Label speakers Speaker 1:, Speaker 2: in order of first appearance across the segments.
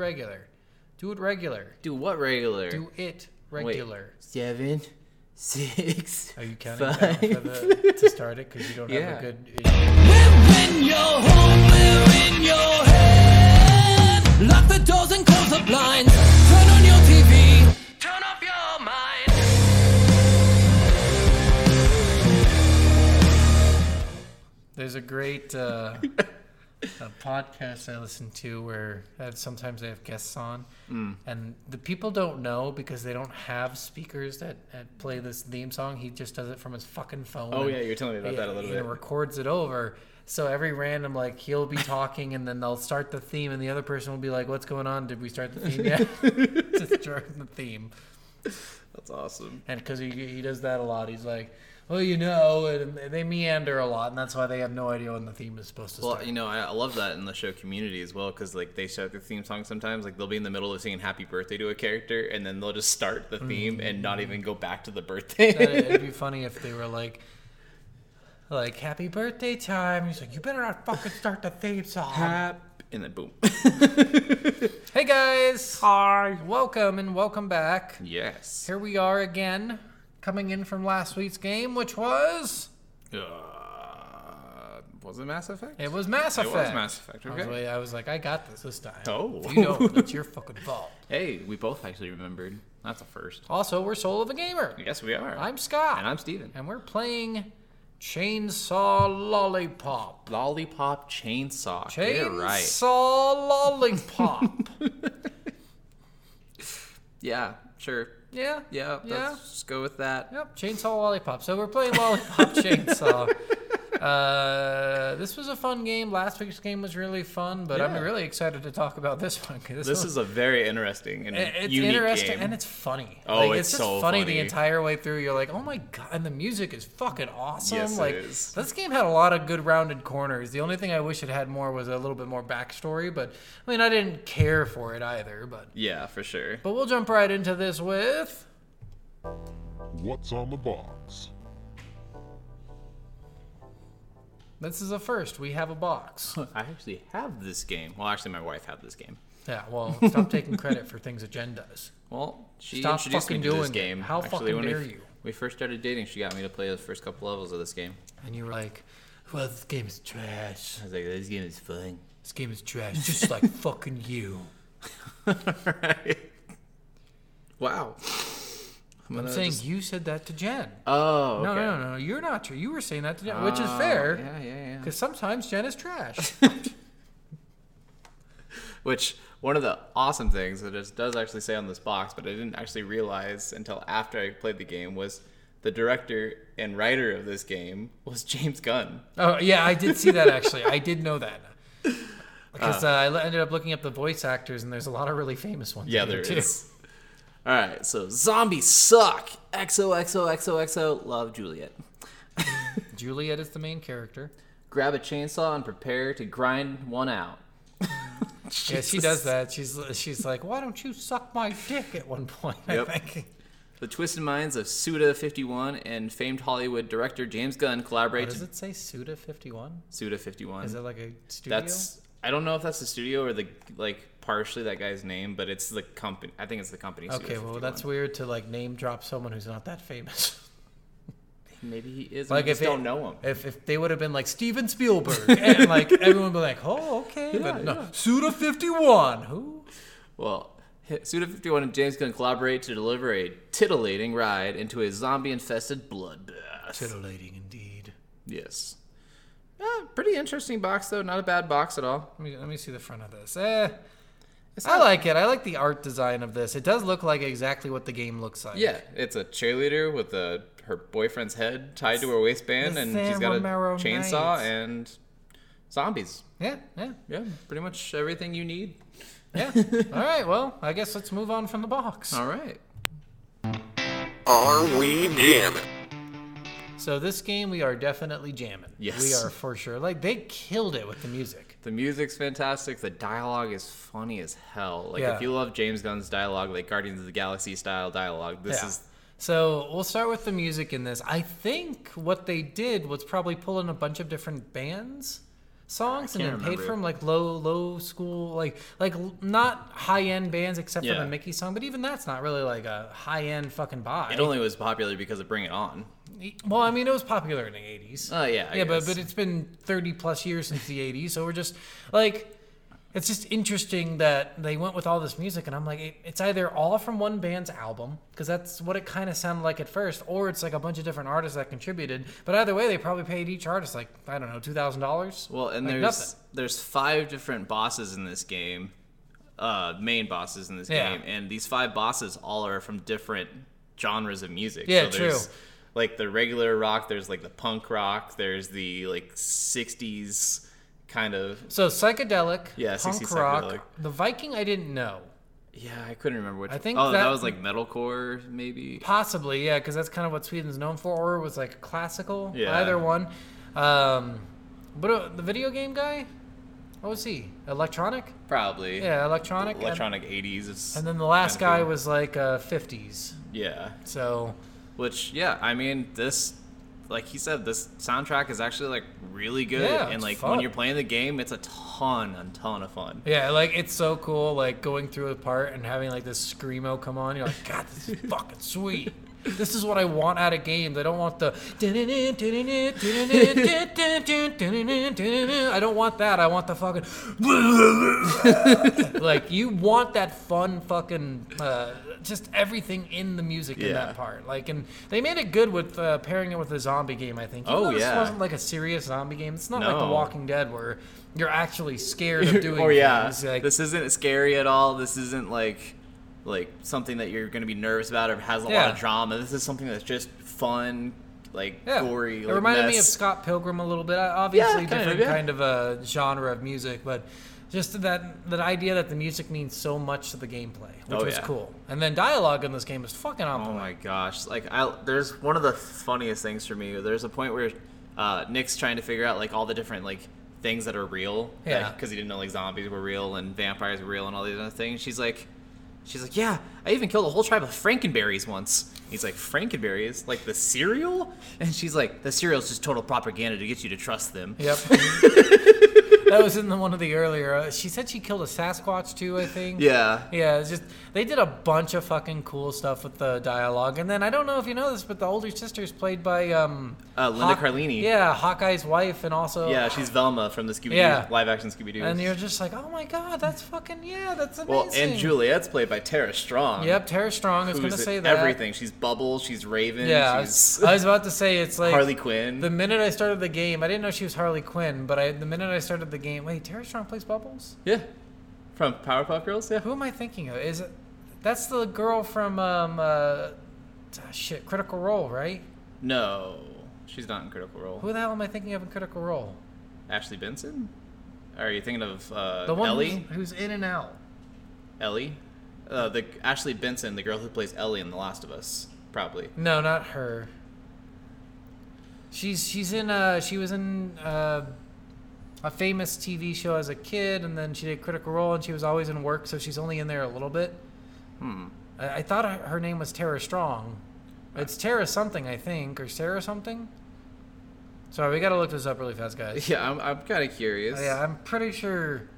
Speaker 1: regular. Do it regular.
Speaker 2: Do what regular?
Speaker 1: Do it regular.
Speaker 2: Seven, six.
Speaker 1: Are you counting down for the, to start it because you don't have
Speaker 2: Yeah.
Speaker 1: a good?
Speaker 3: When you're home, we're in your head. Lock the doors and close the blinds. Turn on your TV. Turn off your mind.
Speaker 1: There's a great uh, a podcast I listen to where uh, sometimes they have guests on,
Speaker 2: Mm.
Speaker 1: and the people don't know because they don't have speakers that, that play this theme song. He just does it from his fucking phone.
Speaker 2: Oh
Speaker 1: and-
Speaker 2: yeah, you're telling me about that a little
Speaker 1: and
Speaker 2: bit.
Speaker 1: records it over. So every random like he'll be talking and then they'll start the theme and the other person will be like, "What's going on? Did we start the theme yet?" Just starting the theme,
Speaker 2: That's awesome.
Speaker 1: and because he he does that a lot, he's like, "Well, you know," and they meander a lot, and that's why they have no idea when the theme is supposed to
Speaker 2: Well,
Speaker 1: start.
Speaker 2: you know, I, I love that in the show Community as well because like they start the theme song sometimes. Like they'll be in the middle of singing Happy Birthday to a character, and then they'll just start the theme
Speaker 1: Mm-hmm.
Speaker 2: and not even go back to the
Speaker 1: That-
Speaker 2: birthday.
Speaker 1: It'd be funny if they were like. Like happy birthday time. He's like, you better not fucking start the theme song.
Speaker 2: Hap- and then boom.
Speaker 1: Hey guys, hi, welcome and welcome back.
Speaker 2: yes.
Speaker 1: Here we are again, coming in from last week's game, which was
Speaker 2: Uh, was it Mass Effect?
Speaker 1: it was Mass Effect.
Speaker 2: was Mass Effect.
Speaker 1: I was,
Speaker 2: Okay.
Speaker 1: like- I was like, I got this this time.
Speaker 2: Oh.
Speaker 1: If you don't, it's your fucking fault.
Speaker 2: Hey, we both actually remembered. That's a first.
Speaker 1: Also, we're Soul of a Gamer.
Speaker 2: Yes, we are.
Speaker 1: I'm Scott,
Speaker 2: and I'm Steven.
Speaker 1: and we're playing Chainsaw Lollipop.
Speaker 2: Lollipop chainsaw.
Speaker 1: Chainsaw
Speaker 2: You're right.
Speaker 1: Lollipop.
Speaker 2: Yeah, sure.
Speaker 1: yeah.
Speaker 2: Yeah,
Speaker 1: Yeah.
Speaker 2: let's just go with that.
Speaker 1: Yep, chainsaw lollipop. So we're playing lollipop chainsaw. Uh, this was a fun game. Last week's game was really fun, but
Speaker 2: Yeah.
Speaker 1: I'm really excited to talk about this one. 'cause
Speaker 2: This
Speaker 1: one-
Speaker 2: is a very interesting and
Speaker 1: it- it's
Speaker 2: unique
Speaker 1: interesting
Speaker 2: game.
Speaker 1: and it's funny.
Speaker 2: Oh,
Speaker 1: like,
Speaker 2: it's
Speaker 1: just
Speaker 2: so
Speaker 1: funny, the
Speaker 2: funny.
Speaker 1: entire way through. You're like, oh my god, and the music is fucking awesome.
Speaker 2: Yes, it
Speaker 1: like
Speaker 2: is.
Speaker 1: this game had a lot of good rounded corners. The only thing I wish it had more was a little bit more backstory, but I mean, I didn't care for it either. But
Speaker 2: yeah, for sure.
Speaker 1: but we'll jump right into this with.
Speaker 4: What's on the box?
Speaker 1: This is a first. We have a box.
Speaker 2: I actually have this game. Well, actually, my wife had this game.
Speaker 1: Yeah, well, stop taking credit for things agenda does.
Speaker 2: Well, she
Speaker 1: Stop
Speaker 2: introduced me
Speaker 1: fucking
Speaker 2: to this
Speaker 1: doing it.
Speaker 2: game.
Speaker 1: How
Speaker 2: actually,
Speaker 1: fucking
Speaker 2: when we
Speaker 1: dare
Speaker 2: f-
Speaker 1: you.
Speaker 2: We first started dating. She got me to play the first couple levels of this game.
Speaker 1: And you were like, well, this game is trash.
Speaker 2: I was like, "This game is fun."
Speaker 1: This game is trash, just like fucking you.
Speaker 2: Wow. I'm,
Speaker 1: I'm
Speaker 2: gonna
Speaker 1: saying
Speaker 2: just-
Speaker 1: you said that to Jen.
Speaker 2: Oh. Okay.
Speaker 1: No, no, no, no. You're not true. You were saying that to Jen, which is
Speaker 2: Oh,
Speaker 1: fair,
Speaker 2: Yeah, yeah, yeah.
Speaker 1: because sometimes Jen is trash.
Speaker 2: Which one of the awesome things that it does actually say on this box, but I didn't actually realize until after I played the game was the director and writer of this game was James Gunn.
Speaker 1: oh, yeah, I did see that actually. I did know that.
Speaker 2: Ah.
Speaker 1: Because uh, I l- ended up looking up the voice actors, and there's a lot of really famous ones.
Speaker 2: Yeah,
Speaker 1: in
Speaker 2: there
Speaker 1: too.
Speaker 2: is. All right, so zombies suck. XOXOXOXO love Juliet.
Speaker 1: Juliet is the main character.
Speaker 2: Grab a chainsaw and prepare to grind one out.
Speaker 1: Yeah, she does that. She's she's like, why don't you suck my dick at one point?
Speaker 2: Yep.
Speaker 1: I think.
Speaker 2: The twisted minds of Suda51 and famed Hollywood director James Gunn collaborate.
Speaker 1: Does
Speaker 2: to-
Speaker 1: it say Suda Fifty One?
Speaker 2: Suda51.
Speaker 1: Is that like a studio?
Speaker 2: That's I don't know if that's the studio or the like partially that guy's name, but it's the company. I think it's the company.
Speaker 1: okay. Well, that's weird to like name drop someone who's not that famous.
Speaker 2: maybe he is.
Speaker 1: Like
Speaker 2: Like, I just
Speaker 1: if it-
Speaker 2: don't know him.
Speaker 1: If if they would have been like Steven Spielberg, and like everyone would be like, oh okay, but no Suda Fifty One. Who?
Speaker 2: Well, Suda Fifty One and James Gunn collaborate to deliver a titillating ride into a zombie-infested bloodbath.
Speaker 1: Titillating indeed.
Speaker 2: yes. Yeah, pretty interesting box though. Not a bad box at all.
Speaker 1: Let me let me see the front of this. Eh. I
Speaker 2: not-
Speaker 1: like it. I like the art design of this. It does look like exactly what the game looks like.
Speaker 2: Yeah, it's a cheerleader with a her boyfriend's head tied to her waistband,
Speaker 1: The
Speaker 2: and
Speaker 1: Sam
Speaker 2: she's got a
Speaker 1: Romero
Speaker 2: chainsaw
Speaker 1: Knights.
Speaker 2: and zombies.
Speaker 1: Yeah. Yeah.
Speaker 2: Yeah, pretty much everything you need.
Speaker 1: Yeah. All right. Well, I guess let's move on from the box.
Speaker 2: All right.
Speaker 5: Are we in?
Speaker 1: So this game, we are definitely jamming.
Speaker 2: Yes.
Speaker 1: we are for sure. Like they killed it with the music.
Speaker 2: The music's fantastic. The dialogue is funny as hell. Like
Speaker 1: Yeah.
Speaker 2: if you love James Gunn's dialogue, like Guardians of the Galaxy style dialogue, this
Speaker 1: Yeah.
Speaker 2: is
Speaker 1: So we'll start with the music in this. I think what they did was probably pull in a bunch of different bands. songs and
Speaker 2: can't
Speaker 1: then paid
Speaker 2: remember
Speaker 1: for
Speaker 2: it.
Speaker 1: them, like low low school, like like l- not high end bands except for
Speaker 2: Yeah.
Speaker 1: the Mickey song. But even that's not really like a high end fucking buy.
Speaker 2: It only was popular because of Bring It On.
Speaker 1: well, I mean, it was popular in the eighties.
Speaker 2: Oh, yeah, I
Speaker 1: yeah, but
Speaker 2: guess.
Speaker 1: but it's been thirty plus years since the eighties, so we're just like. It's just interesting that they went with all this music, and I'm like, it, it's either all from one band's album, because that's what it kind of sounded like at first, or it's like a bunch of different artists that contributed. But either way, they probably paid each artist like I don't know, two thousand dollars.
Speaker 2: Well, and
Speaker 1: like
Speaker 2: there's
Speaker 1: nothing.
Speaker 2: there's five different bosses in this game, uh, main bosses in this
Speaker 1: Yeah.
Speaker 2: game, and these five bosses all are from different genres of music.
Speaker 1: Yeah,
Speaker 2: so there's,
Speaker 1: true.
Speaker 2: Like the regular rock, there's like the punk rock, there's the like '60s kind of.
Speaker 1: So psychedelic,
Speaker 2: Yeah,
Speaker 1: punk
Speaker 2: 60s
Speaker 1: rock,
Speaker 2: psychedelic.
Speaker 1: the Viking. I didn't know.
Speaker 2: Yeah, I couldn't remember which.
Speaker 1: I think
Speaker 2: oh, that,
Speaker 1: that-
Speaker 2: was like metalcore, maybe.
Speaker 1: Possibly, yeah, because that's kind of what Sweden's known for, or it was like classical.
Speaker 2: Yeah.
Speaker 1: Either one. Um, but uh, the video game guy, what was he? Electronic?
Speaker 2: Probably.
Speaker 1: Yeah, electronic. and-
Speaker 2: Electronic '80s. It's
Speaker 1: And, then the last
Speaker 2: kinda
Speaker 1: guy
Speaker 2: cool.
Speaker 1: was like uh, 50s.
Speaker 2: yeah.
Speaker 1: So
Speaker 2: Which yeah, I mean this like he said, this soundtrack is actually like really good.
Speaker 1: Yeah,
Speaker 2: and
Speaker 1: it's
Speaker 2: like
Speaker 1: fun.
Speaker 2: when you're playing the game, it's a ton, a ton of fun.
Speaker 1: yeah, like it's so cool, like going through a part and having like this screamo come on. You're like, God, this is fucking sweet. This is what I want out of games. I don't want the. I don't want that. I want the fucking. like you want that fun fucking uh, just everything in the music in
Speaker 2: Yeah.
Speaker 1: that part. Like and they made it good with uh, pairing it with a zombie game. I think. Even
Speaker 2: Oh,
Speaker 1: though This
Speaker 2: yeah.
Speaker 1: wasn't like a serious zombie game. It's not like The
Speaker 2: No.
Speaker 1: Walking Dead where you're actually scared of doing.
Speaker 2: oh yeah.
Speaker 1: things, like-
Speaker 2: this isn't scary at all. This isn't like like something that you're gonna be nervous about or has a lot
Speaker 1: Yeah.
Speaker 2: of drama. This is something that's just fun, like
Speaker 1: Yeah.
Speaker 2: gory.
Speaker 1: It
Speaker 2: like,
Speaker 1: reminded me of
Speaker 2: mess.
Speaker 1: Scott Pilgrim a little bit. Uh, Obviously,
Speaker 2: Yeah, kind of,
Speaker 1: different
Speaker 2: yeah.
Speaker 1: kind of a genre of music, but just that that idea that the music means so much to the gameplay, which
Speaker 2: Oh,
Speaker 1: was
Speaker 2: yeah.
Speaker 1: cool. And then dialogue in this game is fucking on
Speaker 2: Oh
Speaker 1: point.
Speaker 2: my gosh! Like I, there's one of the funniest things for me. There's a point where uh, Nick's trying to figure out like all the different like things that are real.
Speaker 1: Yeah.
Speaker 2: Because he didn't know like zombies were real and vampires were real and all these other things. She's like, she's like, yeah, I even killed a whole tribe of Frankenberries once. He's like, Frankenberries, like the cereal? And she's like, the cereal's just total propaganda to get you to trust them.
Speaker 1: Yep. that was in the, one of the earlier. Uh, she said she killed a Sasquatch too, I think.
Speaker 2: Yeah.
Speaker 1: Yeah, it's just they did a bunch of fucking cool stuff with the dialogue, and then I don't know if you know this, but the older sister is played by um,
Speaker 2: Uh, Linda Carlini.
Speaker 1: Yeah, Hawkeye's wife, and also
Speaker 2: Yeah, she's Velma from the Scooby Doo
Speaker 1: Yeah.
Speaker 2: live action Scooby Doo.
Speaker 1: And you're just like, oh my god, that's fucking yeah, that's amazing.
Speaker 2: well, and Juliet's played by Tara Strong.
Speaker 1: Yep, Tara Strong is
Speaker 2: who's
Speaker 1: gonna
Speaker 2: in
Speaker 1: say that.
Speaker 2: everything. She's Bubble. She's Raven.
Speaker 1: Yeah, I
Speaker 2: she's
Speaker 1: was, I was about to say it's like
Speaker 2: Harley Quinn.
Speaker 1: The minute I started the game, I didn't know she was Harley Quinn, but I, the minute I started the game, wait, Tara Strong plays Bubbles?
Speaker 2: yeah, from Powerpuff Girls. Yeah,
Speaker 1: Who am I thinking of? Is it that's the girl from um uh t- shit Critical Role, right?
Speaker 2: no, she's not in Critical Role.
Speaker 1: Who the hell am I thinking of in Critical Role?
Speaker 2: Ashley Benson? Or are you thinking of uh,
Speaker 1: The one
Speaker 2: Ellie?
Speaker 1: Who's, who's in and out.
Speaker 2: Ellie, uh, the Ashley Benson, the girl who plays Ellie in The Last of Us, probably.
Speaker 1: No, not her. She's she's in uh she was in uh a famous TV show as a kid, and then she did Critical Role, and she was always in work, so she's only in there a little bit. Hmm. I, I thought her her name was Tara Strong. It's Tara something, I think, or Sarah something. Sorry, we gotta look this up really fast, guys. Oh,
Speaker 2: Yeah, I'm, I'm kind of curious.
Speaker 1: Yeah, I'm pretty sure.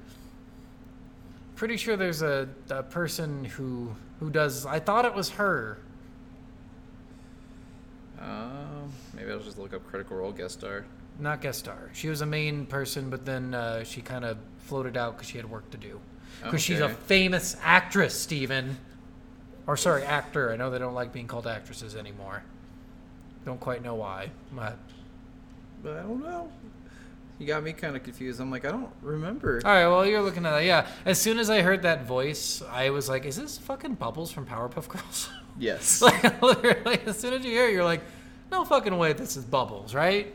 Speaker 1: Pretty sure there's a, a person who who does. I thought it was her.
Speaker 2: Um, maybe I'll just look up Critical Role guest star.
Speaker 1: not guest star. She was a main person, but then uh, she kind of floated out because she had work to do. Because she's a
Speaker 2: Okay.
Speaker 1: famous actress, Steven. Or sorry, actor. I know they don't like being called actresses anymore. Don't quite know why. But...
Speaker 2: But I don't know. You got me kind of confused. I'm like, I don't remember.
Speaker 1: All right, well you're looking at that. Yeah, as soon as I heard that voice, I was like, "Is this fucking Bubbles from Powerpuff Girls?"
Speaker 2: Yes.
Speaker 1: like literally, as soon as you hear, it, you're like, "No fucking way, this is Bubbles, right?"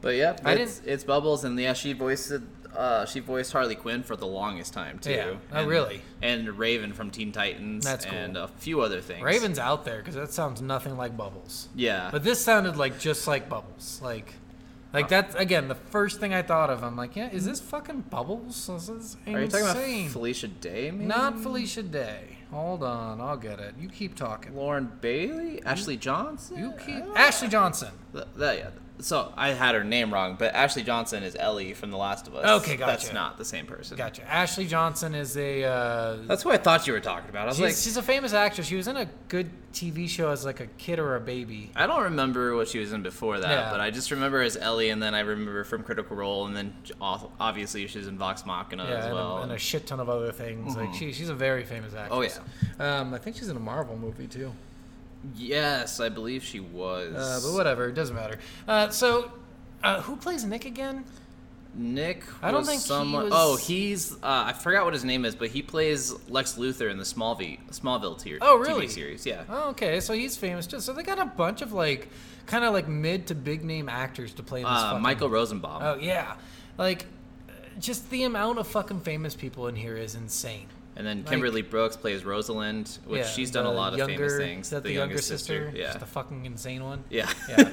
Speaker 2: But yeah,
Speaker 1: I
Speaker 2: it's, it's Bubbles, and yeah, she voiced uh, she voiced Harley Quinn for the longest time too.
Speaker 1: Yeah. Oh,
Speaker 2: And-
Speaker 1: really?
Speaker 2: And Raven from Teen Titans.
Speaker 1: That's cool.
Speaker 2: And a few other things.
Speaker 1: Raven's out there because that sounds nothing like Bubbles.
Speaker 2: Yeah.
Speaker 1: But this sounded like just like Bubbles. Like, like that's again the first thing I thought of. I'm like, yeah, is this fucking Bubbles? This is insane.
Speaker 2: Are you talking about Felicia Day? Maybe?
Speaker 1: Not Felicia Day. Hold on, I'll get it. You keep talking.
Speaker 2: Lauren Bailey, Ashley Johnson.
Speaker 1: You keep
Speaker 2: I don't-
Speaker 1: Ashley Johnson.
Speaker 2: Th- that- yeah. So I had her name wrong, but Ashley Johnson is Ellie from The Last of Us.
Speaker 1: Okay, gotcha.
Speaker 2: That's not the same person.
Speaker 1: Gotcha. Ashley Johnson is a uh,
Speaker 2: That's who I thought you were talking about. I was
Speaker 1: she's,
Speaker 2: like,
Speaker 1: she's a famous actress. She was in a good TV show as like a kid or a baby.
Speaker 2: I don't remember what she was in before that,
Speaker 1: Yeah.
Speaker 2: but I just remember as Ellie, and then I remember from Critical Role, and then off- obviously she was in Vox Machina
Speaker 1: Yeah,
Speaker 2: as
Speaker 1: and,
Speaker 2: well. Mm-hmm.
Speaker 1: a, and a shit ton of other things. Like she, she's a very famous
Speaker 2: Oh,
Speaker 1: actress.
Speaker 2: yeah.
Speaker 1: Um, I think she's in a Marvel movie too.
Speaker 2: yes, I believe she was.
Speaker 1: Uh, but whatever, it doesn't matter. Uh, so, uh, who plays Nick again?
Speaker 2: Nick.
Speaker 1: I don't
Speaker 2: was
Speaker 1: think he
Speaker 2: someone.
Speaker 1: was-
Speaker 2: Oh, he's. Uh, I forgot what his name is, but he plays Lex Luthor in the Smallville Smallville tier.
Speaker 1: Oh, really?
Speaker 2: TV series, yeah.
Speaker 1: Oh, okay, so he's famous too. So they got a bunch of like, kind of like mid to big name actors to play in this.
Speaker 2: Uh,
Speaker 1: fucking-
Speaker 2: Michael Rosenbaum.
Speaker 1: Oh yeah, like, uh, just the amount of fucking famous people in here is insane.
Speaker 2: And then Kimberly Brooks plays Rosalind, which
Speaker 1: yeah,
Speaker 2: she's done a
Speaker 1: the
Speaker 2: lot of famous
Speaker 1: younger-
Speaker 2: things.
Speaker 1: Is that the, younger
Speaker 2: youngest
Speaker 1: sister?
Speaker 2: Yeah.
Speaker 1: Just the fucking insane one.
Speaker 2: yeah.
Speaker 1: Yeah.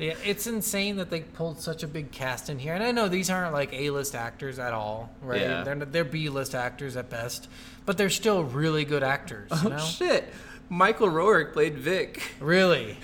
Speaker 1: yeah, it's insane that they pulled such a big cast in here. And I know these aren't like A-list actors at all, right?
Speaker 2: Yeah.
Speaker 1: They're they're B-list actors at best, but they're still really good actors. you know?
Speaker 2: Oh, Shit. Michael Rourke played Vic,
Speaker 1: Really?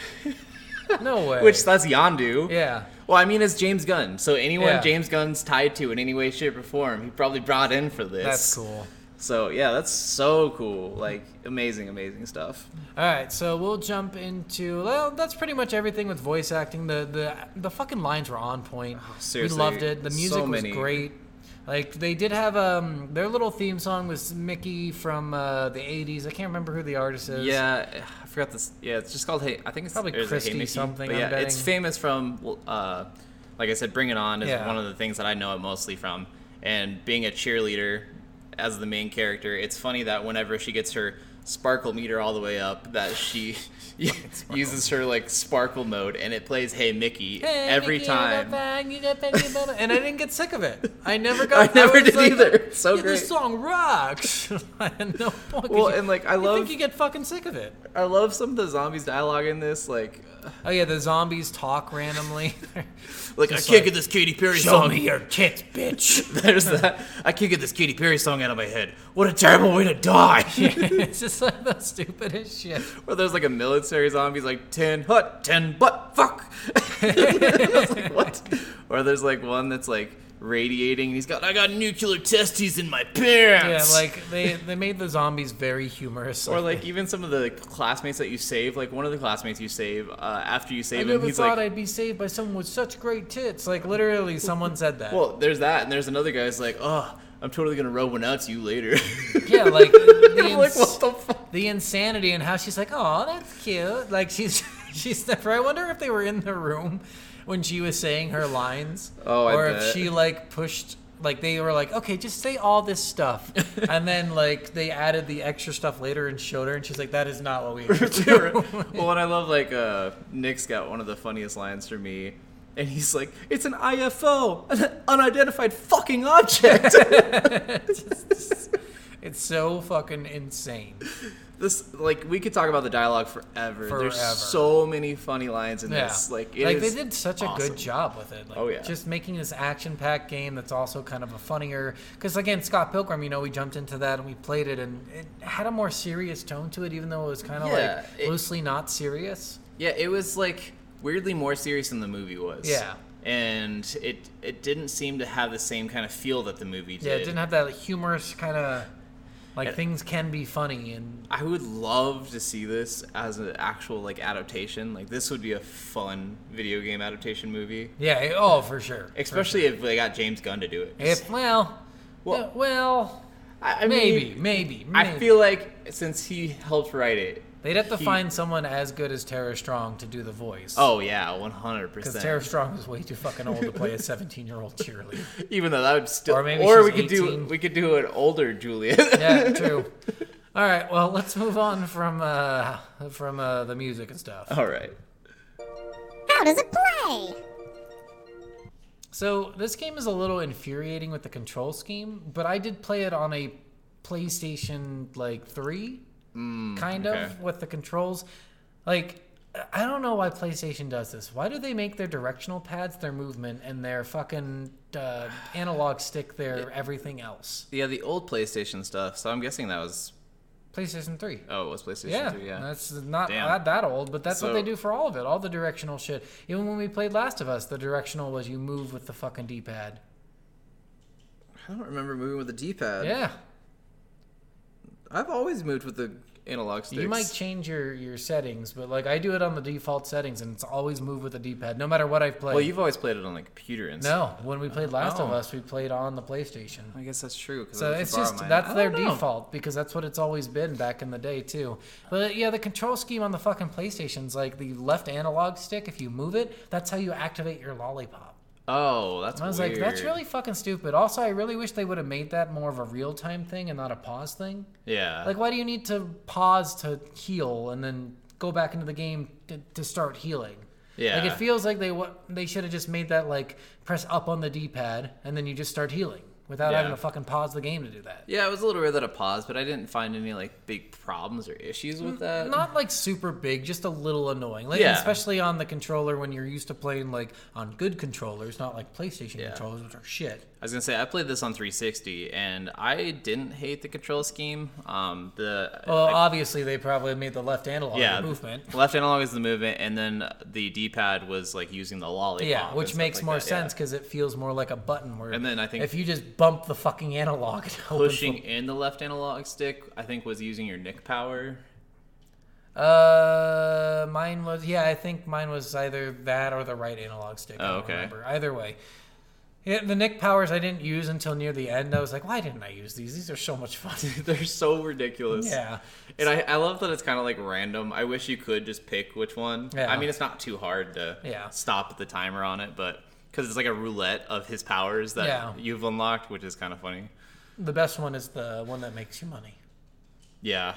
Speaker 1: No way.
Speaker 2: which that's Yondu.
Speaker 1: yeah.
Speaker 2: Well, I mean, it's James Gunn. So anyone
Speaker 1: Yeah.
Speaker 2: James Gunn's tied to in any way, shape, or form, he probably brought in for this.
Speaker 1: That's cool.
Speaker 2: So yeah, that's so cool. Like amazing, amazing stuff.
Speaker 1: All right, so we'll jump into. Well, that's pretty much everything with voice acting. The the the fucking lines were on point.
Speaker 2: Oh, seriously,
Speaker 1: we loved it. The
Speaker 2: so
Speaker 1: music was
Speaker 2: many.
Speaker 1: great. Like they did have um their little theme song was Mickey from uh, the '80s. I can't remember who the artist is.
Speaker 2: Yeah, I forgot this. Yeah, it's just called. Hey, I think it's
Speaker 1: Probably
Speaker 2: or is it
Speaker 1: Christie
Speaker 2: Mickey?
Speaker 1: something,
Speaker 2: But
Speaker 1: I'm
Speaker 2: yeah, it's
Speaker 1: betting.
Speaker 2: famous from. well, Uh, like I said, Bring It On is
Speaker 1: Yeah.
Speaker 2: one of the things that I know it mostly from. And being a cheerleader as the main character, it's funny that whenever she gets her sparkle meter all the way up, that she uses her like sparkle mode, and it plays "Hey Mickey"
Speaker 1: Hey,
Speaker 2: every
Speaker 1: Mickey,
Speaker 2: time.
Speaker 1: bye-bye, you got that, you better- and I didn't get sick of it. I never
Speaker 2: I
Speaker 1: got.
Speaker 2: never
Speaker 1: was
Speaker 2: did either. It's so
Speaker 1: "Yeah, This
Speaker 2: great."
Speaker 1: song rocks. At no point could
Speaker 2: Well,
Speaker 1: you-
Speaker 2: and, like, I
Speaker 1: you
Speaker 2: love-
Speaker 1: think you get fucking sick of it.
Speaker 2: I love some of the zombies dialogue in this, like,
Speaker 1: Oh yeah, the zombies talk randomly.
Speaker 2: like
Speaker 1: Just
Speaker 2: I
Speaker 1: like,
Speaker 2: can't get this Katy Perry
Speaker 1: Show
Speaker 2: song.
Speaker 1: me your tits, bitch.
Speaker 2: There's that. I can't get this Katy Perry song out of my head. What a terrible way to die.
Speaker 1: it's just like the stupidest shit.
Speaker 2: Where there's like a military zombies like ten hut, ten butt, fuck. I was like, what? Or there's like one that's like radiating and he's got I got nuclear testes in my
Speaker 1: Yeah,
Speaker 2: pants.
Speaker 1: like they they made the zombies very humorous.
Speaker 2: Or like even some of the classmates that you save, like one of the classmates you save, uh, after you
Speaker 1: I
Speaker 2: save him,
Speaker 1: never
Speaker 2: he's
Speaker 1: thought
Speaker 2: like,
Speaker 1: I'd be saved by someone with such great tits. Like literally, someone said that.
Speaker 2: well, there's that, and there's another guy who's like, oh, I'm totally gonna rub one out to you later.
Speaker 1: yeah, like the,
Speaker 2: I'm like
Speaker 1: ins-
Speaker 2: what the fuck?
Speaker 1: the insanity and how she's like, oh, that's cute. Like she's she's never. I wonder if they were in the room when she was saying her lines,
Speaker 2: Oh, I
Speaker 1: or if
Speaker 2: bet.
Speaker 1: she like pushed. Like they were like, okay, just say all this stuff, and then like they added the extra stuff later and showed her, and she's like, that is not what we. agreed to."
Speaker 2: well, what I love, like, uh, Nick's got one of the funniest lines for me. And he's like, it's an IFO, an unidentified fucking object.
Speaker 1: It's so fucking insane.
Speaker 2: this, like, we could talk about the dialogue forever. There's
Speaker 1: Forever.
Speaker 2: so many funny lines in
Speaker 1: Yeah.
Speaker 2: this. Like, it is
Speaker 1: they did such a
Speaker 2: awesome.
Speaker 1: good job with it. Like,
Speaker 2: Oh, yeah.
Speaker 1: Just making this action-packed game that's also kind of a funnier. Because again, Scott Pilgrim, you know, we jumped into that and we played it, and it had a more serious tone to it, even though it was kind of
Speaker 2: Yeah,
Speaker 1: like
Speaker 2: it-
Speaker 1: loosely not serious.
Speaker 2: Yeah, it was, like, weirdly more serious than the movie was.
Speaker 1: Yeah.
Speaker 2: And it it didn't seem to have the same kind of feel that the movie did.
Speaker 1: Yeah, it didn't have that humorous kind of like
Speaker 2: And-
Speaker 1: things can be funny and
Speaker 2: I would love to see this as an actual like adaptation. Like this would be a fun video game adaptation movie.
Speaker 1: yeah. it- Oh, for sure.
Speaker 2: Especially if they got James Gunn to do it.
Speaker 1: If well,
Speaker 2: Well-
Speaker 1: well, well
Speaker 2: I, I
Speaker 1: maybe,
Speaker 2: mean,
Speaker 1: maybe, maybe.
Speaker 2: I feel like since he helped write it.
Speaker 1: They'd have to
Speaker 2: he-
Speaker 1: find someone as good as Tara Strong to do the voice.
Speaker 2: Oh yeah, one hundred
Speaker 1: Because Tara
Speaker 2: percent.
Speaker 1: Strong is way too fucking old to play a 17 year old cheerleader.
Speaker 2: Even though that would still,
Speaker 1: Or maybe
Speaker 2: or
Speaker 1: she's
Speaker 2: we could do
Speaker 1: 18.
Speaker 2: we could do an older Julia.
Speaker 1: Yeah, true. All right, well, let's move on from uh, from uh, the music and stuff.
Speaker 2: All right.
Speaker 5: How does it play?
Speaker 1: So this game is a little infuriating with the control scheme, but I did play it on a PlayStation like three, kind
Speaker 2: okay.
Speaker 1: of with the controls. Like, I don't know why PlayStation does this. Why do they make their directional pads their movement and their fucking uh, analog stick their everything else?
Speaker 2: Yeah, the old PlayStation stuff. So I'm guessing that was
Speaker 1: PlayStation 3.
Speaker 2: Oh, it was PlayStation
Speaker 1: Yeah,
Speaker 2: 3, yeah.
Speaker 1: that's not
Speaker 2: Damn.
Speaker 1: that, that old, but that's what
Speaker 2: So-
Speaker 1: they do for all of it. All the directional shit. Even when we played Last of Us, the directional was you move with the fucking D-pad.
Speaker 2: I don't remember moving with the D-pad.
Speaker 1: Yeah,
Speaker 2: I've always moved with the analog sticks.
Speaker 1: you might change your your settings, but like I do it on the default settings, and it's always move with the D-pad, no matter what I've played.
Speaker 2: Well, you've always played it on the computer and stuff.
Speaker 1: no, when we played Last of
Speaker 2: Oh.
Speaker 1: Us, we played on the PlayStation.
Speaker 2: I guess that's true. 'cause I
Speaker 1: So
Speaker 2: let you
Speaker 1: it's
Speaker 2: borrow
Speaker 1: just
Speaker 2: mine.
Speaker 1: that's
Speaker 2: I
Speaker 1: their
Speaker 2: don't know.
Speaker 1: default because that's what it's always been back in the day too. But yeah, the control scheme on the fucking PlayStation's like the left analog stick. If you move it, that's how you activate your lollipop.
Speaker 2: Oh, that's
Speaker 1: And I was like, that's really fucking stupid. Also, I really wish they would have made that more of a real time thing and not a pause thing.
Speaker 2: Yeah.
Speaker 1: Like, why do you need to pause to heal and then go back into the game to, to start healing? Like,
Speaker 2: Yeah.
Speaker 1: it feels like they wa- they should have just made that like press up on the D pad and then you just start healing without
Speaker 2: Yeah.
Speaker 1: having to fucking pause the game to do that.
Speaker 2: yeah, it was a little weird that it paused, but I didn't find any like big problems or issues with that.
Speaker 1: Mm, Not like super big, just a little annoying. Like
Speaker 2: Yeah.
Speaker 1: especially on the controller when you're used to playing like on good controllers, not like PlayStation
Speaker 2: Yeah.
Speaker 1: controllers, which are shit.
Speaker 2: I was gonna say I played this on 360, and I didn't hate the control scheme. Um, the
Speaker 1: Well,
Speaker 2: I-
Speaker 1: obviously they probably made Oh, the left analog
Speaker 2: yeah,
Speaker 1: movement.
Speaker 2: Left analog is the movement, and then the D-pad was like using the lollipop.
Speaker 1: Yeah,
Speaker 2: and
Speaker 1: which
Speaker 2: stuff
Speaker 1: makes
Speaker 2: like
Speaker 1: more
Speaker 2: that, yeah.
Speaker 1: sense because it feels more like a button. Where
Speaker 2: And then I think-
Speaker 1: if you just bump the fucking analog, it opens
Speaker 2: Pushing in the left analog stick, I think, was using your Nick power.
Speaker 1: the- Uh, mine was yeah. I think mine was either that or the right analog stick. I
Speaker 2: Oh,
Speaker 1: don't
Speaker 2: okay.
Speaker 1: Remember. Either way. Yeah, the Nick powers I didn't use until near the end. I was like, why didn't I use these? These are so much fun.
Speaker 2: They're so ridiculous.
Speaker 1: yeah.
Speaker 2: And I, I love that it's kind of like random. I wish you could just pick which one.
Speaker 1: Yeah.
Speaker 2: I mean, it's not too hard to
Speaker 1: Yeah.
Speaker 2: stop the timer on it, but because it's like a roulette of his powers that
Speaker 1: Yeah.
Speaker 2: you've unlocked, which is kind of funny.
Speaker 1: The best one is the one that makes you money.
Speaker 2: Yeah.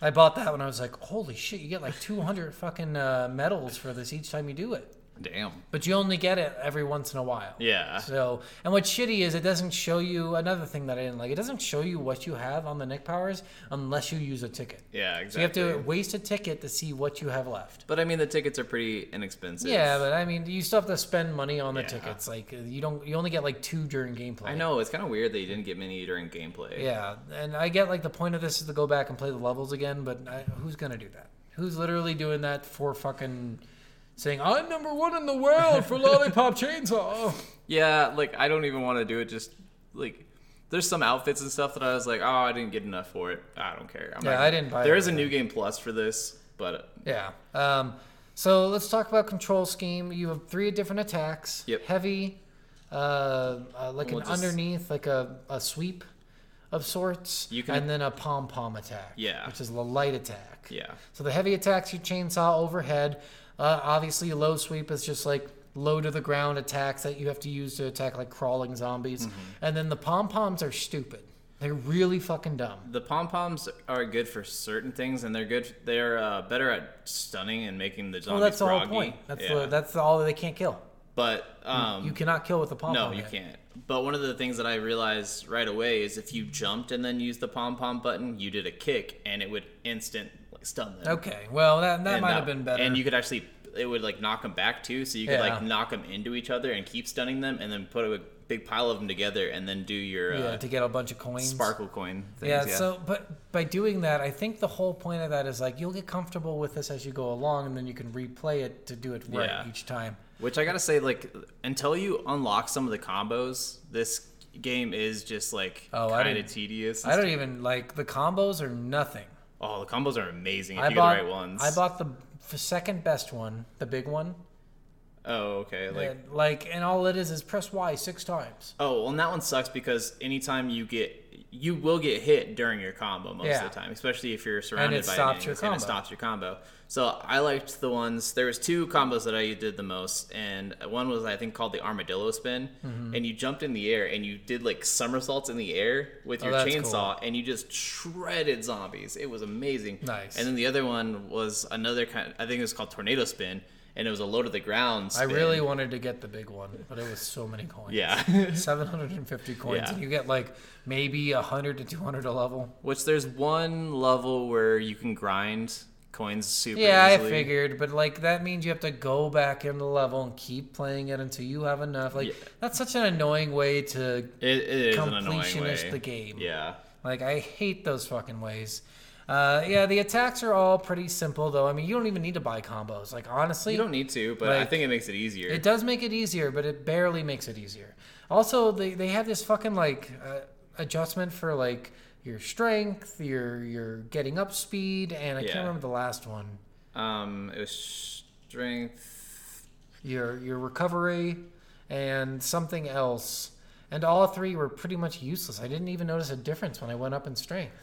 Speaker 1: I bought that when I was like, holy shit, you get like 200 fucking uh, medals for this each time you do it.
Speaker 2: Damn.
Speaker 1: But you only get it every once in a while.
Speaker 2: Yeah.
Speaker 1: So, and what's shitty is it doesn't show you another thing that I didn't like. It doesn't show you what you have on the Nick Powers unless you use a ticket.
Speaker 2: Yeah, exactly.
Speaker 1: So you have to waste a ticket to see what you have left.
Speaker 2: But I mean, the tickets are pretty inexpensive.
Speaker 1: Yeah, but I mean, you still have to spend money on the
Speaker 2: Yeah.
Speaker 1: tickets. Like you don't, you only get like two during gameplay.
Speaker 2: I know it's kind of weird that you didn't get many during gameplay.
Speaker 1: Yeah, and I get like the point of this is to go back and play the levels again, but I, who's gonna do that? Who's literally doing that for fucking saying I'm number one in the world for Lollipop Chainsaw?
Speaker 2: Yeah, like I don't even want to do it. Just like there's some outfits and stuff that I was like, oh, I didn't get enough for it. I don't care. I'm
Speaker 1: Yeah,
Speaker 2: not-
Speaker 1: I didn't buy
Speaker 2: There
Speaker 1: it
Speaker 2: is a new game plus for this, but
Speaker 1: Yeah. Um, so let's talk about control scheme. You have three different attacks.
Speaker 2: Yep.
Speaker 1: Heavy, uh, uh, like
Speaker 2: We'll
Speaker 1: an
Speaker 2: just-
Speaker 1: underneath, like a, a sweep of sorts,
Speaker 2: You can-
Speaker 1: and then a pom pom attack.
Speaker 2: Yeah.
Speaker 1: Which is the light attack.
Speaker 2: yeah,
Speaker 1: So the heavy attacks you chainsaw overhead. Uh, obviously, low sweep is just like low to the ground attacks that you have to use to attack like crawling zombies.
Speaker 2: Mm-hmm.
Speaker 1: And then the pom poms are stupid. They're really fucking dumb.
Speaker 2: the pom poms are good for certain things, and they're good. They're uh, better at stunning and making the
Speaker 1: Well,
Speaker 2: zombies
Speaker 1: that's the whole
Speaker 2: groggy.
Speaker 1: point. That's
Speaker 2: Yeah.
Speaker 1: the, that's the, all that they can't kill.
Speaker 2: but um,
Speaker 1: You cannot kill with the pom pom.
Speaker 2: No, you can't. But one of the things that I realized right away is if you jumped and then used the pom pom button, you did a kick and it would instant like, stun them.
Speaker 1: Okay, well that that
Speaker 2: And
Speaker 1: might have been better.
Speaker 2: And you could actually, it would like knock them back too. So you could like
Speaker 1: Yeah.
Speaker 2: knock them into each other and keep stunning them, and then put a big pile of them together, and then do your
Speaker 1: yeah,
Speaker 2: uh,
Speaker 1: to get a bunch of coins.
Speaker 2: sparkle coin. Things.
Speaker 1: Yeah, So, but by doing that, I think the whole point of that is like you'll get comfortable with this as you go along, and then you can replay it to do it right
Speaker 2: Yeah.
Speaker 1: each time.
Speaker 2: Which I gotta say, like, until you unlock some of the combos, this game is just like
Speaker 1: Oh, I
Speaker 2: kind of
Speaker 1: didn't-
Speaker 2: tedious. and
Speaker 1: I don't
Speaker 2: stuff.
Speaker 1: even like the combos are nothing.
Speaker 2: Oh, the combos are amazing if
Speaker 1: I
Speaker 2: you
Speaker 1: bought
Speaker 2: get the right ones.
Speaker 1: I bought the f- second best one, the big one.
Speaker 2: Oh, okay. Like.
Speaker 1: Like, like and all it is is press Y six times.
Speaker 2: Oh, well, and that one sucks because anytime you get, you will get hit during your combo most
Speaker 1: Yeah.
Speaker 2: of the time, especially if you're surrounded
Speaker 1: it
Speaker 2: by
Speaker 1: stops
Speaker 2: enemies,
Speaker 1: your
Speaker 2: and
Speaker 1: combo.
Speaker 2: it stops your combo. So I liked the ones. There was two combos that I did the most, and one was I think called the armadillo spin,
Speaker 1: Mm-hmm.
Speaker 2: and you jumped in the air and you did like somersaults in the air with your
Speaker 1: Oh, that's
Speaker 2: chainsaw, and you just shredded zombies. It was amazing.
Speaker 1: Nice.
Speaker 2: And then the other one was another kind. I think it was called tornado spin, and it was a low to the ground.
Speaker 1: I
Speaker 2: spin.
Speaker 1: really wanted to get the big one, but it was so many coins.
Speaker 2: Yeah.
Speaker 1: 750 coins,
Speaker 2: Yeah.
Speaker 1: and you get like maybe 100 to 200 a level.
Speaker 2: Which there's one level where you can grind coins super
Speaker 1: Yeah, I
Speaker 2: easily.
Speaker 1: figured, but like that means you have to go back in the level and keep playing it until you have enough. Like
Speaker 2: Yeah.
Speaker 1: that's such an annoying way to
Speaker 2: It, it is an annoying way.
Speaker 1: Completionist the game.
Speaker 2: Yeah.
Speaker 1: like I hate those fucking ways. Uh, yeah, the attacks are all pretty simple though. I mean, you don't even need to buy combos. Like honestly,
Speaker 2: You don't need to, but I
Speaker 1: Like-
Speaker 2: think it makes it easier.
Speaker 1: It does make it easier, but it barely makes it easier. Also, they, they have this fucking like uh, adjustment for like your strength, your your getting up speed, and I
Speaker 2: Yeah.
Speaker 1: can't remember the last one.
Speaker 2: um, it was strength.
Speaker 1: Your your recovery and something else. And all three were pretty much useless. I didn't even notice a difference when I went up in strength.